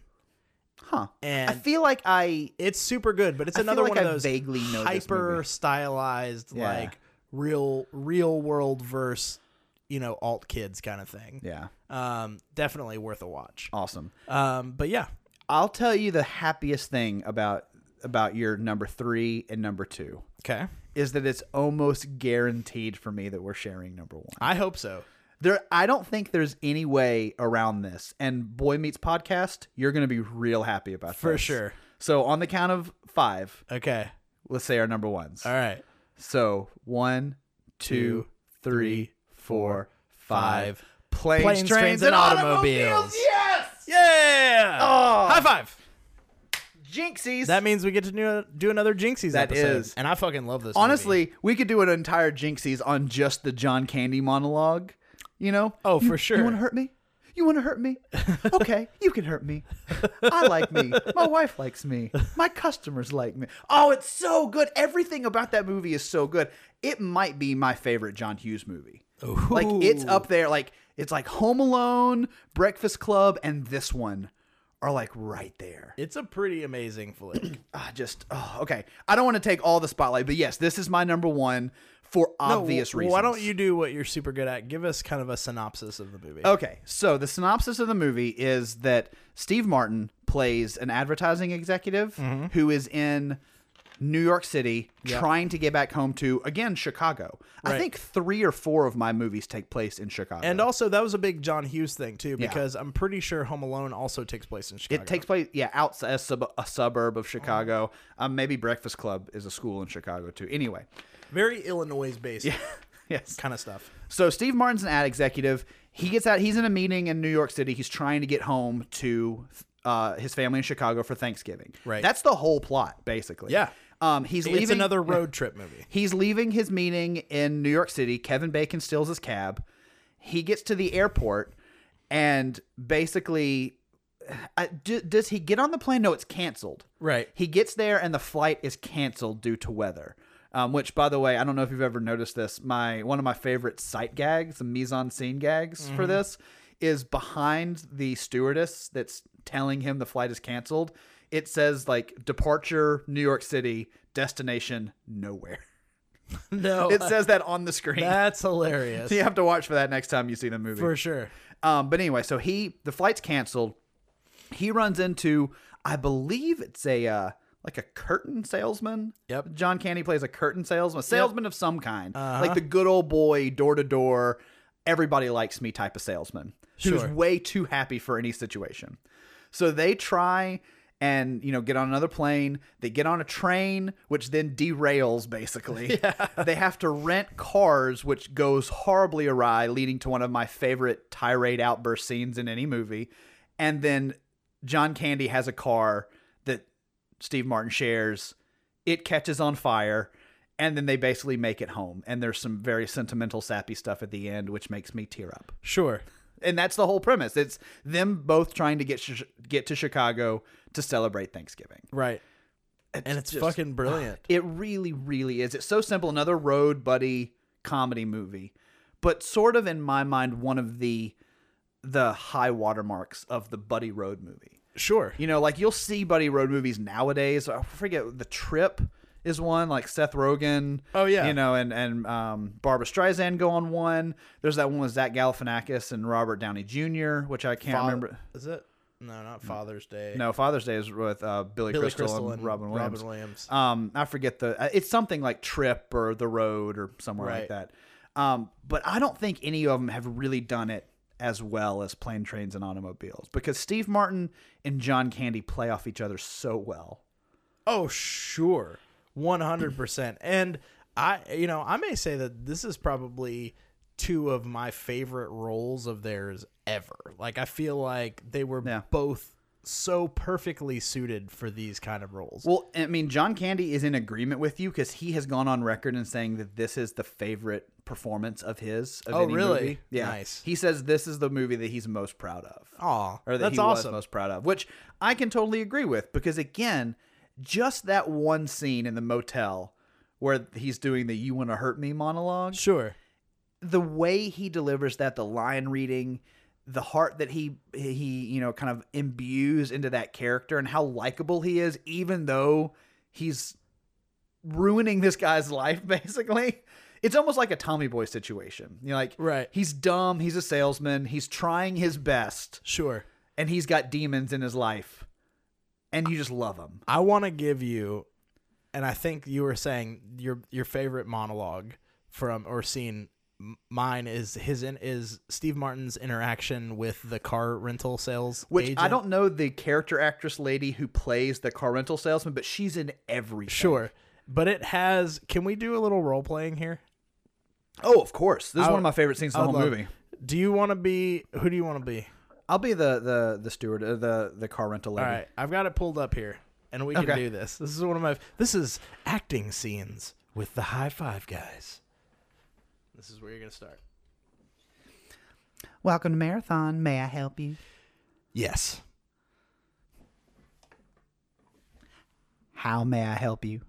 Huh. I
And
feel like I
It's super good, but it's
I feel
another
like
one of
I
those
vaguely know this
hyper
movie.
stylized,
Yeah.
like real real world verse, you know, alt kids kind of thing.
yeah,
Um, definitely worth a watch.
awesome.
Um, but yeah,
I'll tell you the happiest thing about about your number 3 and number 2
okay.
is that it's almost guaranteed for me that we're sharing number 1.
I hope so.
There I don't think there's any way around this. And Boy Meets Podcast, you're going to be real happy about
For
this.
sure.
So on the count of 5,
Okay.
let's say our number ones.
All right.
So one, two,
Two,
three,
three,
four,
five.
five. Planes,
Planes, trains, and automobiles.
Yes!
Yeah.
Oh.
High five.
Jinxies.
That means we get to do, do another Jinxies
That
episode,
is-
and I fucking love this.
Honestly,
movie.
we could do an entire Jinxies on just the John Candy monologue. You know?
Oh,
You-
for sure.
You want to hurt me? You want to hurt me? Okay, you can hurt me. I like me. My wife likes me. My customers like me. Oh, it's so good. Everything about that movie is so good. It might be my favorite John Hughes movie. Like it's
Ooh.
up there. Like it's like Home Alone, Breakfast Club, and this one are like right there.
it's a pretty amazing flick.
I just oh, okay. I don't want to take all the spotlight, but yes, this is my number one for
No,
(clears throat) obvious
w-
reasons.
Why don't you do what you're super good at? Give us kind of a synopsis of the movie.
Okay, so the synopsis of the movie is that Steve Martin plays an advertising executive
Mm-hmm.
who is in New York City trying to get back home to again Chicago. I
Right.
think three or four of my movies take place in Chicago.
And also, that was a big John Hughes thing too,
Yeah.
because I'm pretty sure Home Alone also takes place in Chicago. Oh.
It takes place, yeah, outside a, sub- a suburb of Chicago. Um, maybe Breakfast Club is a school in Chicago too. Anyway, (laughs)
very Illinois based
yes.
kind of
(laughs)
stuff.
So Steve Martin's an ad executive. He gets out. He's in a meeting in New York City. He's trying to get home to uh, his family in Chicago for Thanksgiving.
Right.
That's the whole plot, basically.
Yeah.
Um, he's leaving
It's another road trip
(laughs)
movie.
He's leaving his meeting in New York City. Kevin Bacon steals his cab. He gets to the airport and basically, I, d- does he get on the plane? No, it's canceled.
Right.
He gets there and the flight is canceled due to weather. Um, which, by the way, I don't know if you've ever noticed this. My one of my favorite sight gags, the mise en scene gags
Mm-hmm.
for this, is behind the stewardess that's telling him the flight is canceled. It says like departure New York City, destination nowhere.
No,
(laughs) It says that on the screen.
that's hilarious
(laughs) you have to watch for that next time you see the movie.
for sure.
Um, but anyway, so he the flight's canceled. He runs into, I believe it's a uh, like a curtain salesman.
Yep.
John Candy plays a curtain salesman, a salesman of some kind, like the good old boy, door to door, everybody likes me type of salesman who's
Sure.
way too happy for any situation. So they try and you know get on another plane they get on a train which then derails basically they have to rent cars which goes horribly awry leading to one of my favorite tirade outburst scenes in any movie and then john candy has a car that steve martin shares it catches on fire and then they basically make it home and there's some very sentimental sappy stuff at the end which makes me tear up
Sure.
and that's the whole premise. It's them both trying to get sh- get to Chicago to celebrate Thanksgiving.
Right. and it's fucking brilliant.
It really, really is. It's so simple. Another road buddy comedy movie, but sort of in my mind one of the the high watermarks of the buddy road movie.
Sure.
You know, like you'll see buddy road movies nowadays. I forget the trip is one like Seth Rogen.
Oh, yeah.
you know, and and um, Barbara Streisand go on one. There's that one with Zach Galifianakis and Robert Downey Jr., which I can't
Fa-
remember.
Is it? No, not Father's Day.
No, Father's Day is with uh, Billy,
Billy
Crystal,
Crystal
and,
and
Robin Williams.
Robin Williams.
Um, I forget the. uh, It's something like Trip or The Road or somewhere like
Right.
that. Um, but I don't think any of them have really done it as well as Plane, Trains, and Automobiles because Steve Martin and John Candy play off each other so well.
Oh, sure. 100%. and I, you know, I may say that this is probably two of my favorite roles of theirs ever. Like, I feel like they were
Yeah.
both so perfectly suited for these kind of roles.
Well, I mean, John Candy is in agreement with you because he has gone on record and saying that this is the favorite performance of his. Of
Oh,
any
really?
movie. Yeah.
Nice.
He says this is the movie that he's most proud of.
Aw,
or that
that's
he
awesome.
was most proud of, which I can totally agree with because again, just that one scene in the motel where he's doing the "You want to hurt me" monologue,
sure.
the way he delivers that, the line reading, the heart that he he you know kind of imbues into that character, and how likable he is, even though he's ruining this guy's (laughs) life basically. It's almost like a Tommy Boy situation. You know, like
Right.
he's dumb, he's a salesman, he's trying his best,
Sure.
and he's got demons in his life, and you just love him.
I want to give you, and I think you were saying your your favorite monologue from or scene. m- Mine is his in, is Steve Martin's interaction with the car rental sales,
Which I
agent.
don't know the character actress lady who plays the car rental salesman, but she's in everything.
Sure, but it has. Can we do a little role playing here?
Oh, of course. This is
I-
one of my favorite scenes in the
I'd
whole
love-
movie.
Do you want to be? Who do you want to be?
uh, I'll be the the the steward, uh, the the car rental
All
lady.
right, I've got it pulled up here, and we can
Okay.
do this. This is one of my. This is acting scenes with the high five guys. This is where you're gonna start.
Welcome to Marathon. May I help you?
Yes.
How may I help you?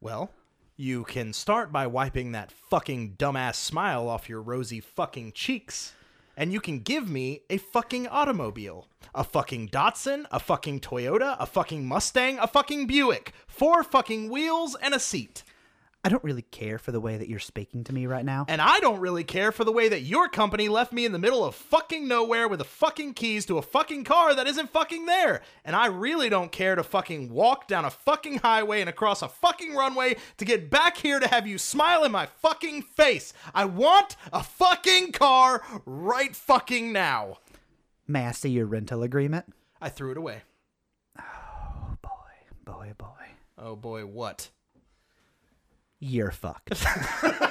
Well, you can start by wiping that fucking dumbass smile off your rosy fucking cheeks. And you can give me a fucking automobile. A fucking Datsun, a fucking Toyota, a fucking Mustang, a fucking Buick. Four fucking wheels and a seat.
I don't really care for the way that you're speaking to me right now.
And I don't really care for the way that your company left me in the middle of fucking nowhere with the fucking keys to a fucking car that isn't fucking there. And I really don't care to fucking walk down a fucking highway and across a fucking runway to get back here to have you smile in my fucking face. I want a fucking car right fucking now.
May I see your rental agreement?
I threw it away.
Boy, boy,
Oh boy, (laughs) what?
you're (laughs) fucked.
Favorite.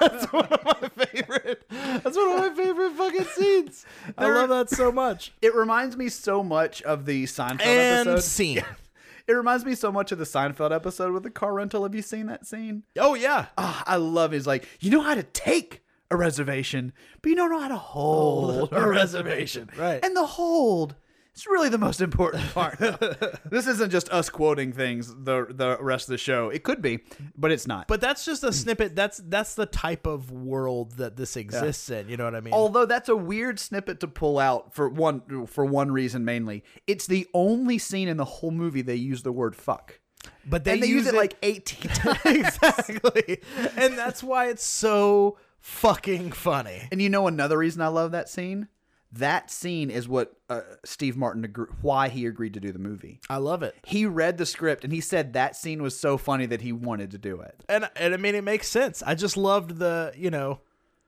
That's one of my favorite fucking scenes. I love that so much.
it reminds me so much of the Seinfeld
And
episode.
scene.
(laughs) It reminds me so much of the Seinfeld episode with the car rental. Have you seen that scene?
Oh yeah.
Ah, I love. It. It's like you know how to take a reservation, but you don't know how to hold a reservation.
Right.
And the hold is really the most important part.
(laughs)
this isn't just us quoting things the the rest of the show. It could be, but it's not.
But that's just a snippet. That's that's the type of world that this exists in. You know what I mean?
Although that's a weird snippet to pull out for one for one reason mainly. It's the only scene in the whole movie they use the word fuck.
but
and they use, it, like (laughs) 18 times.
exactly, and that's why it's so fucking funny.
And you know another reason I love that scene? That scene is what uh, Steve Martin agree- why he agreed to do the movie.
I love it.
He read the script and he said that scene was so funny that he wanted to do it.
and and I mean it makes sense. I just loved the you know,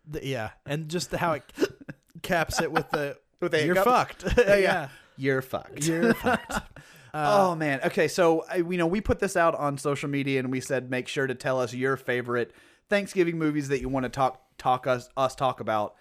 the, yeah, and just how (laughs) it caps it with the
With a
you're
hiccup.
(laughs) fucked.
(laughs)
yeah,
You're fucked. (laughs)
you're fucked. Uh,
oh man. Okay, so I, you know we put this out on social media and we said make sure to tell us your favorite Thanksgiving movies that you want to talk talk us us talk about.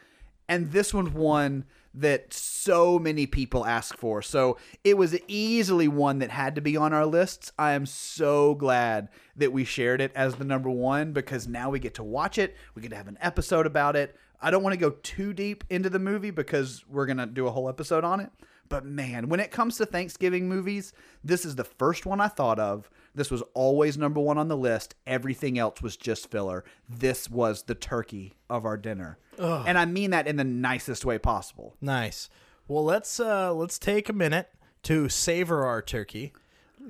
And this one's one that so many people ask for. So it was easily one that had to be on our lists. I am so glad that we shared it as the number one because now we get to watch it. We get to have an episode about it. I don't want to go too deep into the movie because we're going to do a whole episode on it. But man, when it comes to Thanksgiving movies, this is the first one I thought of. This was always number one on the list. Everything else was just filler. This was the turkey of our dinner. And I mean that in the nicest way possible.
Nice. Well, let's uh let's take a minute to savor our turkey.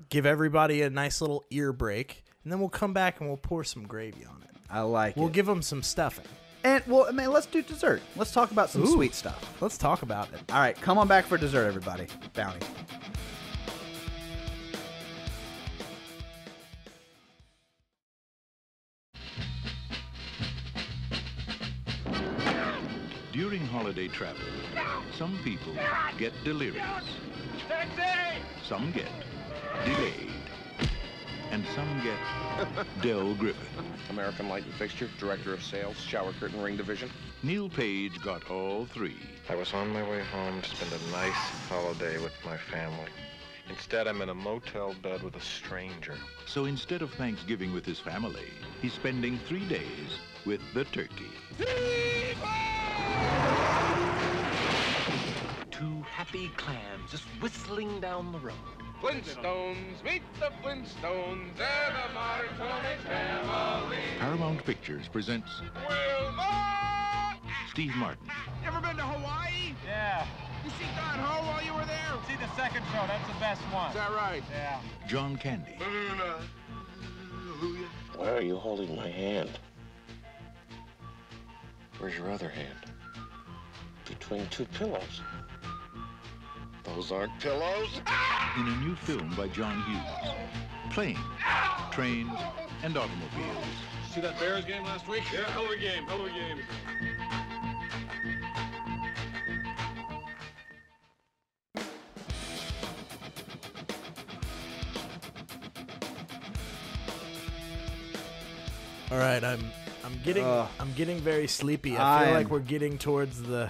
Give everybody a nice little ear break, and then we'll come back and we'll pour some gravy on it.
I like
We'll
it.
give them some stuffing.
and well, man, let's do dessert. Let's talk about some
Ooh.
sweet stuff.
Let's talk about it.
All right, come on back for dessert, everybody. Bounty.
During holiday travel, some people get delirious. Some get delayed. And some
(laughs)
get Del Griffin.
American Light and Fixture, Director of Sales, Shower Curtain Ring Division.
Neil Page got all three.
I was on my way home to spend a nice holiday with my family. Instead, I'm in a motel bed with a stranger.
So instead of Thanksgiving with his family, he's spending three days with the turkey.
Two happy clams just whistling down the road.
Flintstones, meet the Flintstones, they're the modern Tony family.
Paramount Pictures presents Steve Martin,
Ever been to Hawaii? Yeah. You see Don Ho while you were there? See the second show, that's the best one. Mm-hmm. Is that right? Yeah.
John Candy,
Why are you holding my hand? Where's your other hand? Between two pillows.
Those aren't pillows. In a new film by John Hughes. Planes, trains, and automobiles.
See that Bears game last week? Yeah, hell of a game, hell of a game.
All right, I'm I'm getting
Ugh.
I'm getting very sleepy. I feel
I'm-
like we're getting towards the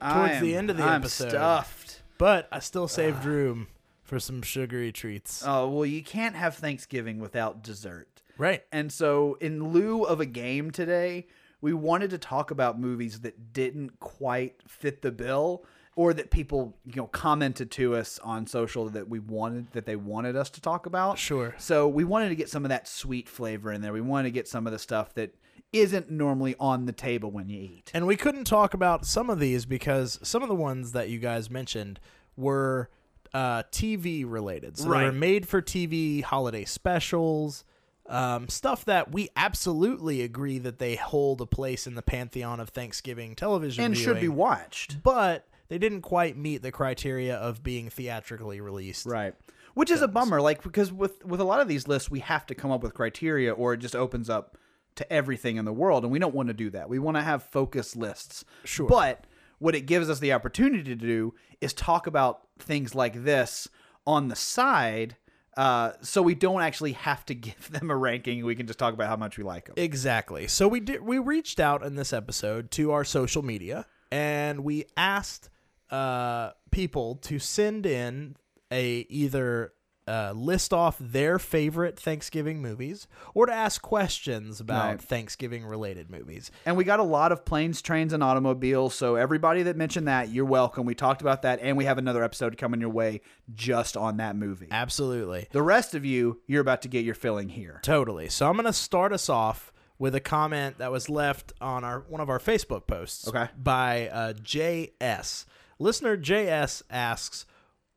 I
towards the
am-
end of the
I'm
episode.
stuffed.
But I still saved room for some sugary treats.
Oh, well, you can't have Thanksgiving without dessert.
Right.
And so, in lieu of a game today, we wanted to talk about movies that didn't quite fit the bill or that people, you know, commented to us on social that we wanted that they wanted us to talk about.
Sure.
So, we wanted to get some of that sweet flavor in there. We wanted to get some of the stuff that isn't normally on the table when you eat.
And we couldn't talk about some of these because some of the ones that you guys mentioned were uh, TV related. So they were
Right.
made for TV holiday specials, um, stuff that we absolutely agree that they hold a place in the pantheon of Thanksgiving television
And should be
viewing.
watched.
but they didn't quite meet the criteria of being theatrically released.
Right. Which is a bummer, like because with with a lot of these lists, we have to come up with criteria, or it just opens up to everything in the world, and we don't want to do that. We want to have focused lists. Sure. But what it gives us the opportunity to do is talk about things like this on the side, uh, so we don't actually have to (laughs) give them a ranking. We can just talk about how much we like them.
Exactly. So we did we reached out in this episode to our social media and we asked uh people to send in a either uh, list off their favorite Thanksgiving movies or to ask questions about
Right.
Thanksgiving related movies.
And we got a lot of planes, trains, and automobiles. So everybody that mentioned that, you're welcome. We talked about that, and we have another episode coming your way just on that movie.
Absolutely.
The rest of you, you're about to get your filling here.
Totally. So I'm going to start us off with a comment that was left on our one of our Facebook posts
Okay.
by uh, JS. Listener JS asks,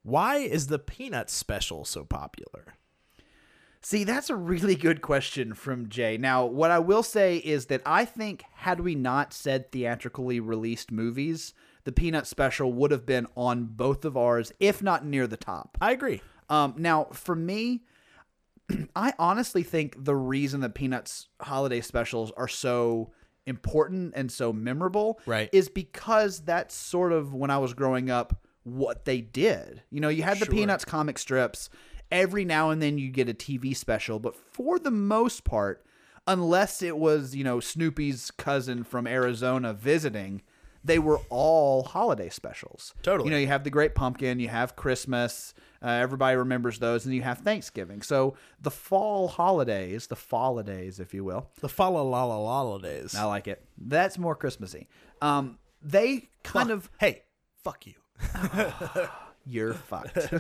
"Why is the Peanuts special so popular?"
See, that's a really good question from Jay. Now, what I will say is that I think had we not said theatrically released movies, the Peanut Special would have been on both of ours, if not near the top.
I agree.
Um, now, for me, (clears throat) I honestly think the reason the Peanuts holiday specials are so important and so memorable
Right.
is because that's sort of when I was growing up what they did. You know, you had the
Sure.
Peanuts comic strips. Every now and then you get a TV special, but for the most part, unless it was, you know, Snoopy's cousin from Arizona visiting, they were all holiday specials.
Totally.
You know, you have the Great Pumpkin, you have Christmas, uh, everybody remembers those, and you have Thanksgiving. So the fall holidays, the fall days, if you will,
The fa la la la la la days.
I like it. That's more Christmassy. Um, they kind of
hey, fuck you.
you're fucked.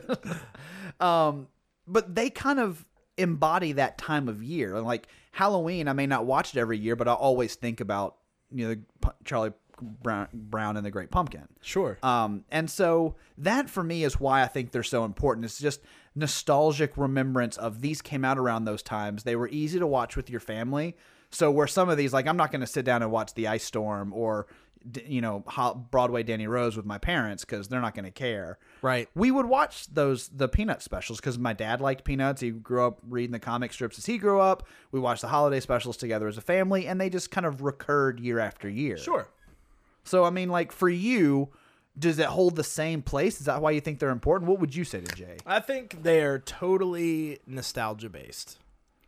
(laughs) um, but they kind of embody that time of year. And like Halloween, I may not watch it every year, but I always think about you know P- Charlie Brown, Brown and the Great Pumpkin.
Sure.
Um, and so that for me is why I think they're so important. It's just nostalgic remembrance of these came out around those times. They were easy to watch with your family. So where some of these, like I'm not going to sit down and watch The Ice Storm or d- you know Ho- Broadway Danny Rose with my parents because they're not going to care.
Right.
We would watch those the peanut specials because my dad liked peanuts. He grew up reading the comic strips as he grew up. We watched the holiday specials together as a family, and they just kind of recurred year after year.
Sure.
So I mean, like for you, does it hold the same place? Is that why you think they're important? What would you say to Jay?
I think they're totally nostalgia based.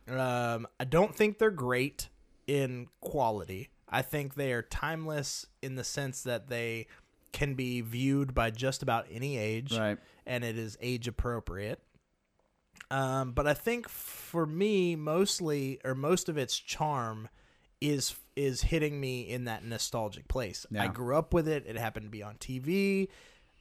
Um, I don't think they're great in quality. I think they are timeless in the sense that they can be viewed by just about any age,
Right.
and it is age appropriate. Um, but I think for me, mostly or most of its charm is is hitting me in that nostalgic place. I
Yeah.
grew up with it. It happened to be on TV.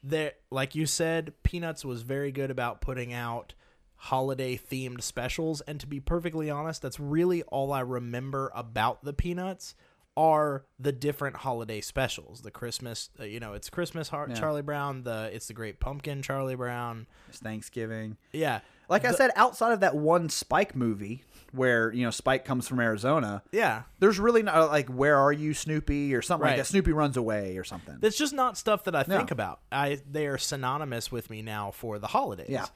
There, like you said, Peanuts was very good about putting out holiday themed specials. And to be perfectly honest, that's really all I remember about the Peanuts are the different holiday specials. The Christmas, uh, you know, it's Christmas Har-
Yeah.
Charlie Brown. The it's the Great Pumpkin Charlie Brown.
It's Thanksgiving.
Yeah,
Like I
The-
said, outside of that one Spike movie where you know Spike comes from Arizona,
yeah.
there's really not like "Where are you, Snoopy?" or something
Right.
like that. Snoopy runs away or something.
That's just not stuff that I
No.
think about. I they are synonymous with me now for the holidays.
Yeah.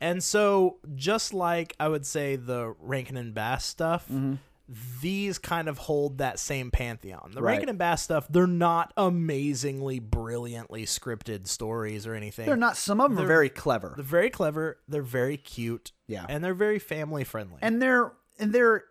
And so just like I would say the Rankin and Bass stuff,
Mm-hmm.
these kind of hold that same pantheon. The
Right.
Rankin and Bass stuff, they're not amazingly brilliantly scripted stories or anything.
they're not. Some of them are
They're-
very clever,
They're very clever, they're very cute,
Yeah.
and they're very family friendly.
and they're and they're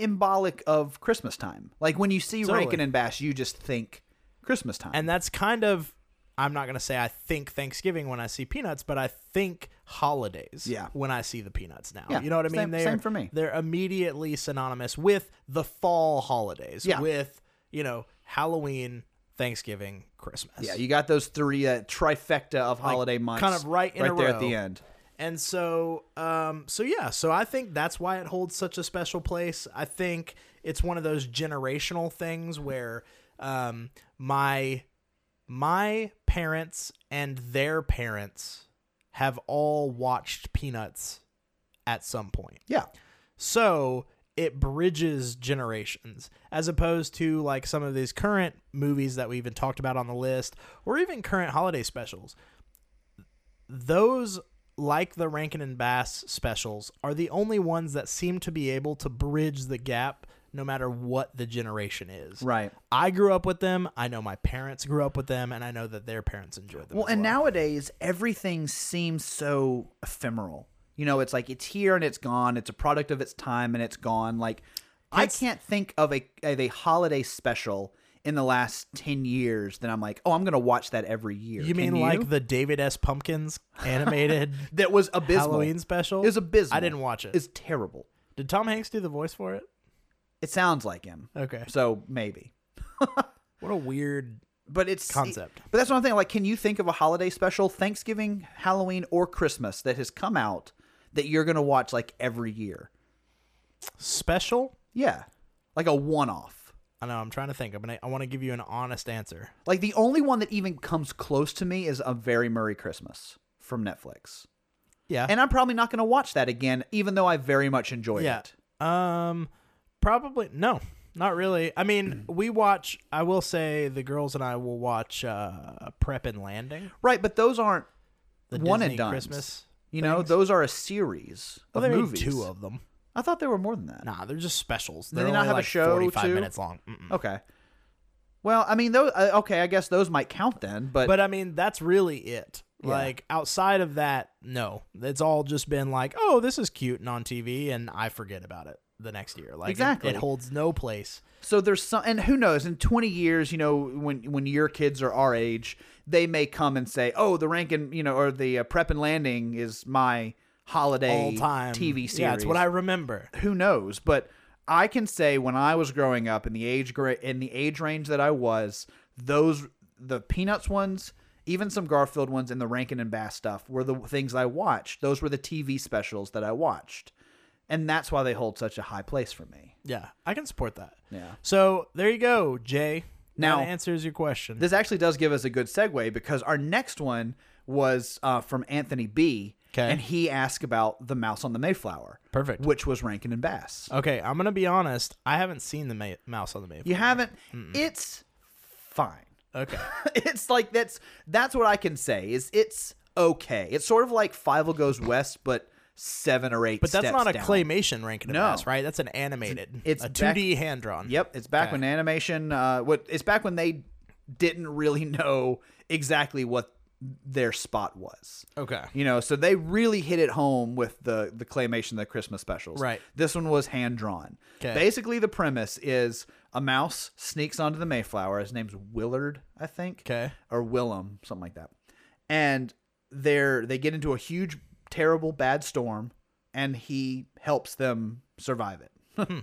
embolic of Christmas time. Like when you see
Totally.
Rankin and Bash, you just think Christmas time.
And that's kind of I'm not going to say I think Thanksgiving when I see peanuts, but I think holidays
Yeah.
when I see the peanuts now.
Yeah,
You know what I mean?
same-
they're,
same for me.
They're immediately synonymous with the fall holidays,
Yeah.
with, you know, Halloween, Thanksgiving, Christmas.
yeah, you got those three uh, trifecta of holiday months,
kind of right in
right
a
there
row.
at the end.
And so, um, so yeah, so I think that's why it holds such a special place. I think it's one of those generational things where um, my my parents and their parents have all watched Peanuts at some point.
Yeah.
So it bridges generations as opposed to like some of these current movies that we even talked about on the list or even current holiday specials. Those like the Rankin and Bass specials are the only ones that seem to be able to bridge the gap no matter what the generation is.
Right.
I grew up with them, I know my parents grew up with them and I know that their parents enjoyed them.
Well,
as
and nowadays everything seems so ephemeral. You know, it's like it's here and it's gone. It's a product of its time and it's gone. Like I
Hence-
can't think of a of a holiday special in the last 10 years that I'm like, oh, I'm going to watch that every year.
You
Can
mean like the David S.
(laughs)
Pumpkins animated
that was abysmal.
Halloween special?
It was abysmal.
I didn't watch it.
It's terrible.
Did Tom Hanks do the voice for it?
It sounds like him.
Okay.
So maybe.
What a weird.
But it's
Concept.
but that's what I'm thinking. Like, can you think of a holiday special, Thanksgiving, Halloween, or Christmas that has come out that you're going to watch like every year?
Special?
Yeah, like a one-off.
I know. I'm trying to think. I'm gonna. I want to give you an honest answer.
Like the only one that even comes close to me is a very Merry Christmas from Netflix,
Yeah.
and I'm probably not going to watch that again, even though I very much enjoyed
yeah.
it.
Um, probably no, not really. I mean,
Mm.
we watch. I will say the girls and I will watch uh, Prep and Landing.
Right, but those aren't
The
one
Disney
and done.
Christmas.
You know,
things.
those are a series
Well,
of
they made
movies.
two of them.
I thought there were more than that.
Nah, they're just specials.
Do
They're
they
only
not have
like
a show
45
too?
minutes long. Mm-mm.
Okay. Well, I mean, those. Uh, okay, I guess those might count then. But,
But I mean, that's really it.
Yeah.
Like outside of that, no. It's all just been like, oh, this is cute and on TV, and I forget about it the next year. Like it-
Exactly.
it, holds no place.
so there's some, and who knows? In 20 years, you know, when when your kids are our age, they may come and say, "Oh, the Rankin, you know, or the uh, Prep and Landing is my holiday
All time
TV series."
Yeah, it's what I remember.
who knows but i can say when i was growing up in the age gra- in the age range that i was those the peanuts ones even some garfield ones and the rankin and bass stuff were the things i watched those were the tv specials that i watched and that's why they hold such a high place for me
Yeah, I can support that.
yeah
So there you go, Jay.
Now-
that answers your question.
this actually does give us a good segue because our next one was uh, from anthony b
'Kay.
and he asked about the mouse on the mayflower
Perfect. Oh.
which was rankin and bass
okay, I'm gonna be honest. I haven't seen the ma- mouse on the Mayflower.
you haven't it's fine
Okay.
(laughs) it's like that's that's what I can say is it's okay. It's sort of like Five Will Goes West, but seven or eight.
But that's
steps
not a
down.
claymation ranking of
No.
mouse, right? That's an animated.
It's
a
back-
2D hand drawn.
Yep, it's back
Okay.
when animation. Uh, what it's back when they didn't really (laughs) know exactly what their spot was.
Okay.
You know, so they really hit it home with the the claymation, the Christmas specials.
Right.
This one was hand drawn.
'Kay.
Basically, the premise is a mouse sneaks onto the Mayflower. His name's Willard, I think.
Okay.
Or Willem, something like that. And they're they get into a huge, terrible, bad storm, and he helps them survive it. (laughs)
Hmm.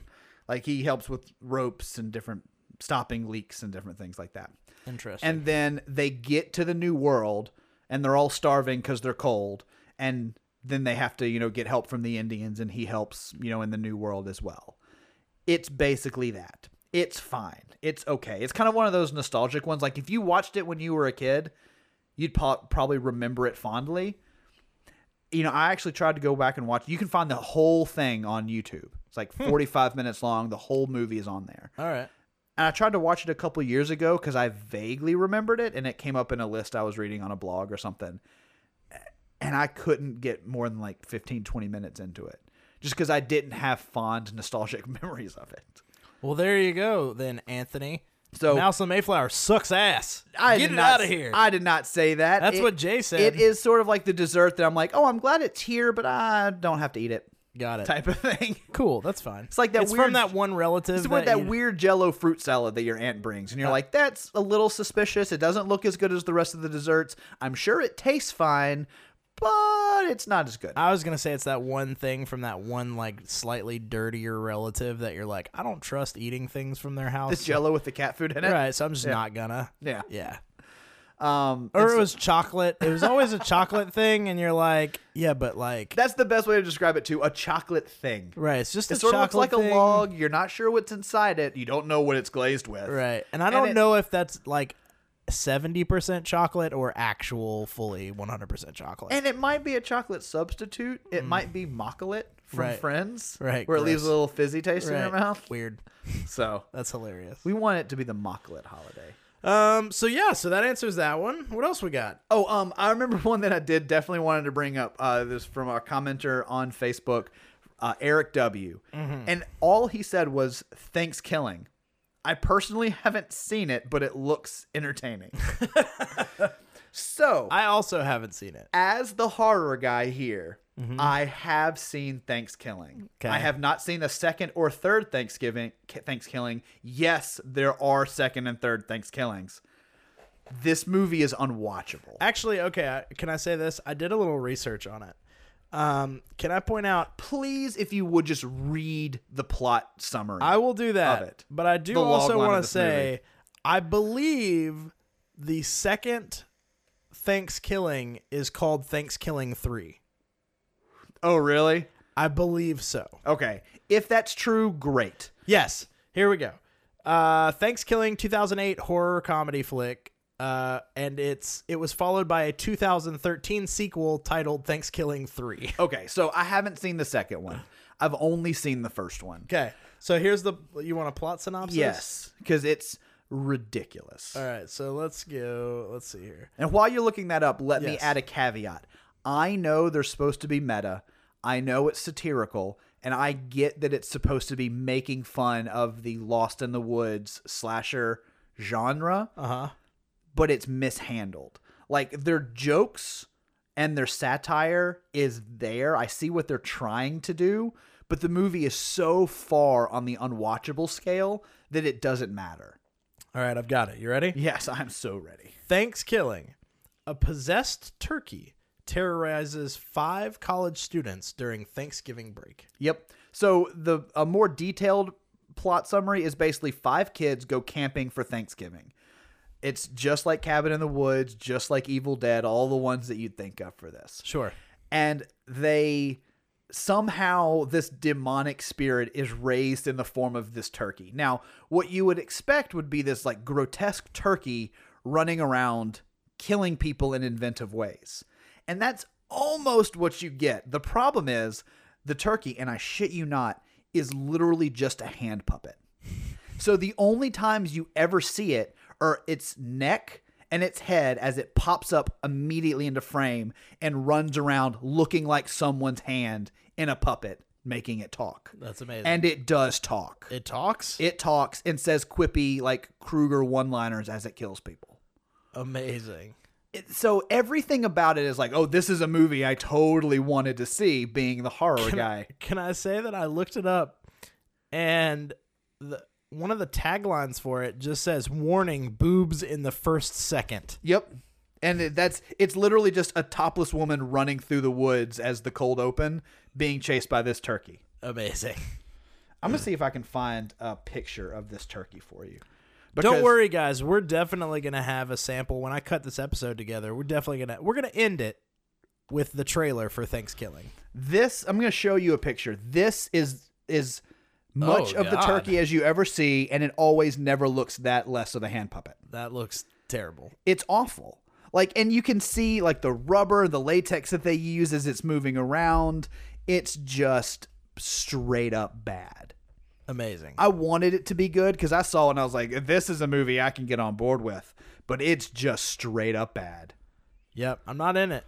like he helps with ropes and different stopping leaks and different things like that.
Interesting.
And then they get to the new world and they're all starving because they're cold. And then they have to, you know, get help from the Indians and he helps, you know, in the new world as well. It's basically that. It's fine. It's okay. It's kind of one of those nostalgic ones. Like if you watched it when you were a kid, you'd po- probably remember it fondly. You know, I actually tried to go back and watch. You can find the whole thing on YouTube. It's like
Hmm.
45 minutes long. The whole movie is on there
All right.
and I tried to watch it a couple years ago because I vaguely remembered it, and it came up in a list I was reading on a blog or something. And I couldn't get more than like 15, 20 minutes into it just because I didn't have fond, nostalgic (laughs) memories of it.
Well, there you go, then, Anthony.
So-
Mouse on the Mayflower sucks ass.
I
Get
did
it
not,
out of here.
I did not say that.
That's
It-
what Jay said.
It is sort of like the dessert that I'm like, oh, I'm glad it's here, but I don't have to eat it
Got it.
type of thing.
(laughs) Cool. That's fine. It's
like that
It's
weird-
from that one relative.
It's with that
you-
weird jello fruit salad that your aunt brings, and you're like, that's a little suspicious. It doesn't look as good as the rest of the desserts. I'm sure it tastes fine, but it's not as good.
I was gonna say it's that one thing from that one like slightly dirtier relative that you're like, I don't trust eating things from their house.
The jello with the cat food in it.
Right. So I'm just
Yeah.
not gonna.
Yeah.
Yeah.
Um,
Or
it's-
it was chocolate. It was always a chocolate thing, and you're like, yeah, but like,
that's the best way to describe it too. A chocolate thing.
right? It's just
It
a
sort of looks like
chocolate
a
thing.
log. You're not sure what's inside it. You don't know what it's glazed with.
right? And I
And
don't
it-
know if that's like seventy percent chocolate or actual fully one hundred percent chocolate.
And it might be a chocolate substitute. It might be mocklet from
Mm. Right.
Friends,
Right,
Where it leaves a
gross.
little fizzy taste in your
Right.
mouth.
Weird.
So
That's hilarious.
we want it to be the mocklet holiday.
Um. So yeah. So that answers that one. What else we got?
Oh, um, I remember (laughs) one that I did definitely wanted to bring up. Uh, this from our commenter on Facebook, uh, Eric W. And all he said was "Thanks, killing." I personally haven't seen it, but it looks entertaining. so,
I also haven't seen it.
as the horror guy here, Mhm. I have seen Thanksgiving. I have not seen the second or third Thanksgiving Thanksgiving. Yes, there are second and third Thanksgivings. This movie is unwatchable.
Actually, okay, I- can I say this? I did a little research on it. Um, can I point out,
please, if you would just read the plot summary?
I will do that.
of it.
But I do
The log
also
line of
want to
this
say,
movie.
I believe the second Thanksgiving is called Thanksgiving Three.
Oh, really?
I believe so.
Okay, if that's true, great.
Yes. Here we go. Uh, Thanksgiving 2008 horror comedy flick. Uh, and it's it was followed by a 2013 sequel titled Thanksgiving Three. (laughs)
Okay, so I haven't seen the second one. I've only seen the first one.
Okay, so here's the you want a plot synopsis?
Yes, because it's ridiculous.
All right, so let's go. Let's see here.
And while you're looking that up, let me
Yes.
add a caveat. I know they're supposed to be meta. I know it's satirical, and I get that it's supposed to be making fun of the Lost in the Woods slasher genre.
Uh huh.
But it's mishandled. Like their jokes and their satire is there. I see what they're trying to do, but the movie is so far on the unwatchable scale that it doesn't matter.
All right, I've got it. You ready?
Yes, I'm so ready.
Thanksgiving. A possessed turkey terrorizes five college students during Thanksgiving break.
Yep. So the a more detailed plot summary is basically five kids go camping for Thanksgiving. It's just like Cabin in the Woods, just like Evil Dead, all the ones that you'd think of for this.
Sure.
And they somehow this demonic spirit is raised in the form of this turkey. Now, what you would expect would be this like grotesque turkey running around killing people in inventive ways. And that's almost what you get. The problem is the turkey, and I shit you not, is literally just a hand puppet. So the only times you ever see it are its neck and its head as it pops up immediately into frame and runs around looking like someone's hand in a puppet making it talk.
That's amazing.
And it does talk.
It talks?
It talks and says quippy like Kruger one-liners as it kills people.
Amazing.
It- so everything about it is like, oh, this is a movie I totally wanted to see being the horror guy.
Can I say that I looked it up and the one of the taglines for it just says warning boobs in the first second.
Yep. And it- that's it's literally just a topless woman running through the woods as the cold open, being chased by this turkey. (laughs)
Amazing.
I'm gonna see if I can find a picture of this turkey for you.
Don't worry guys, we're definitely going to have a sample when I cut this episode together. We're definitely going to we're going to end it with the trailer for Thanksgiving.
This I'm gonna show you a picture. This is is much
Oh,
of the
God.
turkey as you ever see, and it always never looks that less of a hand puppet.
That looks terrible.
It's awful. Like, and you can see like the rubber, the latex that they use as it's moving around. It's just straight up bad.
Amazing.
I wanted it to be good because I saw it and I was like, this is a movie I can get on board with, but it's just straight up bad.
Yep, I'm not in it.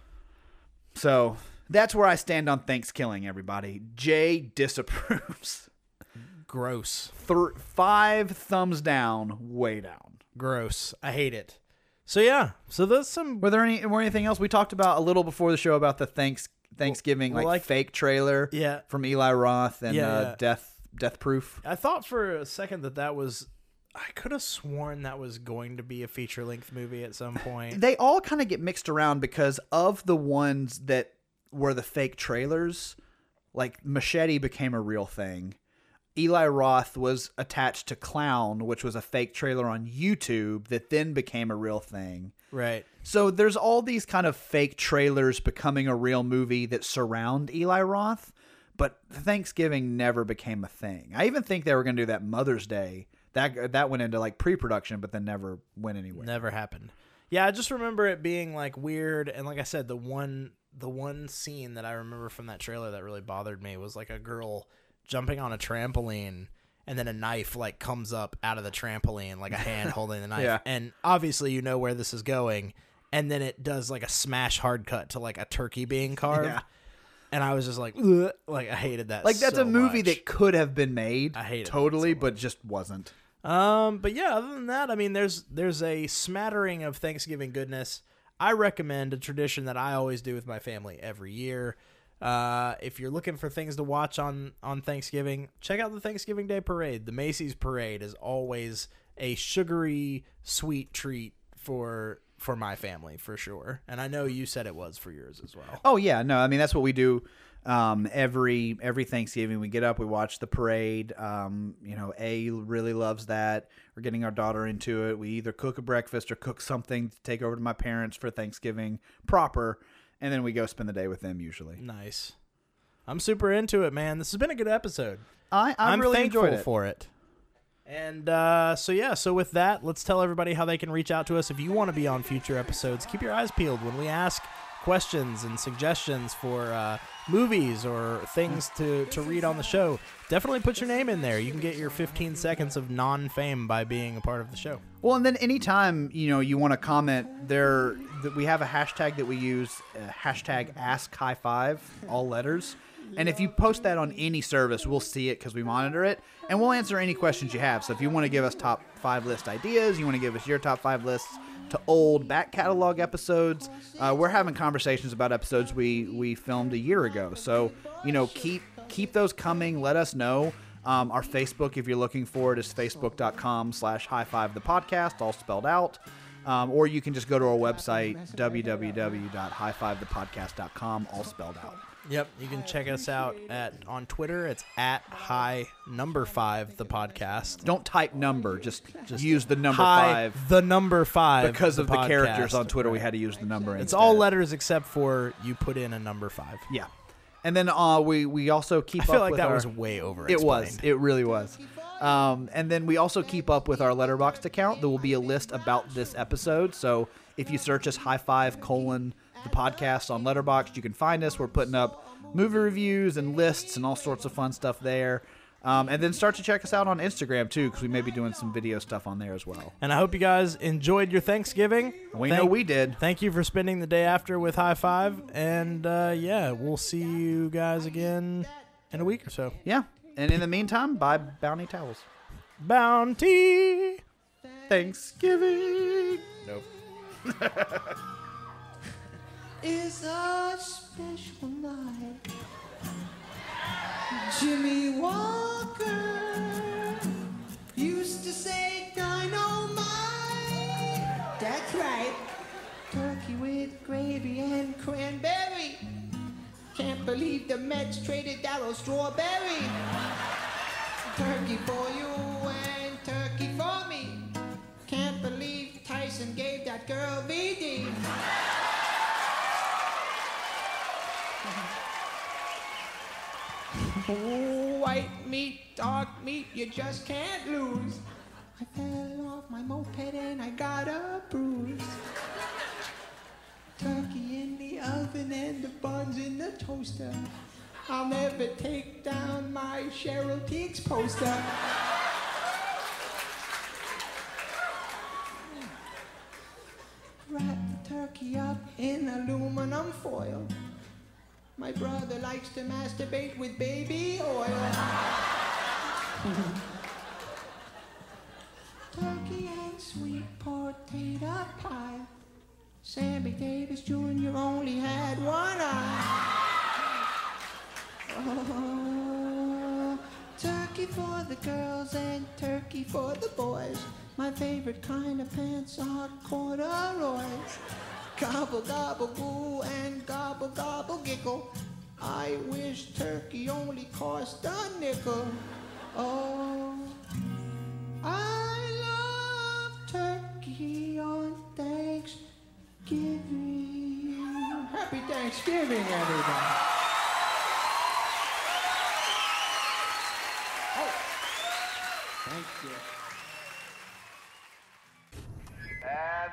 So that's where I stand on Thanksgiving, everybody. Jay disapproves. (laughs)
Gross.
Thr five thumbs down, way down.
Gross. I hate it. So yeah, so there's some
Were there any were anything else we talked about a little before the show about the thanks Thanksgiving
well,
like,
like-
fake trailer
Yeah.
from Eli Roth and
Yeah,
uh,
yeah.
Death Death Proof.
I thought for a second that that was. I could have sworn that was going to be a feature length movie at some point.
they all kind of get mixed around because of the ones that were the fake trailers like machete became a real thing eli roth was attached to clown which was a fake trailer on youtube that then became a real thing
right.
so there's all these kind of fake trailers becoming a real movie that surround eli roth but thanksgiving never became a thing i even think they were going to do that mother's day that that went into like pre-production but then never went anywhere
Never happened. Yeah, I just remember it being like weird and like I said, the one the one scene that I remember from that trailer that really bothered me was like a girl jumping on a trampoline and then a knife like comes up out of the trampoline, like a
(laughs)
hand holding the knife.
Yeah.
And obviously you know where this is going. And then it does like a smash hard cut to like a turkey being carved.
Yeah.
And I was just like, Ugh, like I hated that.
like that's
so
a movie
much.
that could have been made. I
hate it
totally, but just wasn't.
Um, but yeah, other than that, I mean, there's there's a smattering of Thanksgiving goodness. I recommend a tradition that I always do with my family every year. Uh, if you're looking for things to watch on on Thanksgiving, check out the Thanksgiving Day Parade. The Macy's Parade is always a sugary, sweet treat for for my family for sure. And I know you said it was for yours as well.
Oh yeah, no, I mean that's what we do. Um, every every Thanksgiving we get up, we watch the parade. Um, you know, A really loves that. We're getting our daughter into it. We either cook a breakfast or cook something to take over to my parents for Thanksgiving proper, and then we go spend the day with them usually.
Nice. I'm super into it, man. This has been a good episode.
I I
am
really
thankful
enjoyed it.
for it. And uh, so yeah, so with that, let's tell everybody how they can reach out to us if you want to be on future episodes. Keep your eyes peeled when we ask questions and suggestions for uh, movies or things to, to read on the show. Definitely put your name in there. You can get your 15 seconds of non-fame by being a part of the show.
Well, and then anytime you know you want to comment, there that we have a hashtag that we use, uh, hashtag Ask High Five, all letters. And if you post that on any service, we'll see it because we monitor it, and we'll answer any questions you have. So if you want to give us top five list ideas, you want to give us your top five lists to old back catalog episodes, uh, we're having conversations about episodes we we filmed a year ago. So you know, keep keep those coming. Let us know. Um, our Facebook, if you're looking for it, is facebook.com slash high five the podcast, all spelled out. Um, or you can just go to our website, www.highfivethepodcast.com, all spelled out.
Yep, you can check us out at on Twitter. It's at high number five the podcast.
Don't type number, just, just use the number
High
five.
the number five
Because of the characters
podcast.
on Twitter, we had to use the number.
It's
instead.
all letters except for you put in a number five.
Yeah. And then uh, we we also keep
I feel
up
like
with
that
our-
was way over
It was.
explained.
It really was. Um, and then we also keep up with our Letterboxd account. There will be a list about this episode. So if you search us high five colon the podcast on Letterboxd, you can find us. We're putting up movie reviews and lists and all sorts of fun stuff there. Um, and then start to check us out on Instagram too, because we may be doing some video stuff on there as well.
And I hope you guys enjoyed your Thanksgiving.
We know we did.
Thank you for spending the day after with High Five. And uh, yeah, we'll see you guys again in a week or so.
Yeah. And in the meantime, buy bounty towels.
Bounty.
Thanksgiving. Nope.
is a special night. Jimmy Walker used to say dynamite. That's right. Turkey with gravy and cranberry. Can't believe the Mets traded Dallas Strawberry. Turkey for you and turkey for me. Can't believe Tyson gave that girl BD. Oh, white meat, dark meat, you just can't lose. I fell off my moped and I got a bruise. Turkey in the oven and the buns in the toaster. I'll never take down my Cheryl Teague's poster. Wrap the turkey up in aluminum foil. My brother likes to masturbate with baby oil. Turkey and sweet potato pie. Sammy Davis Jr. only had one eye. Oh, turkey for the girls and turkey for the boys. My favorite kind of pants are corduroys. Gobble, gobble, goo, and gobble, gobble, giggle. I wish turkey only cost a nickel. Oh, I love turkey on Thanksgiving. Happy Thanksgiving, everybody. Thank you.
And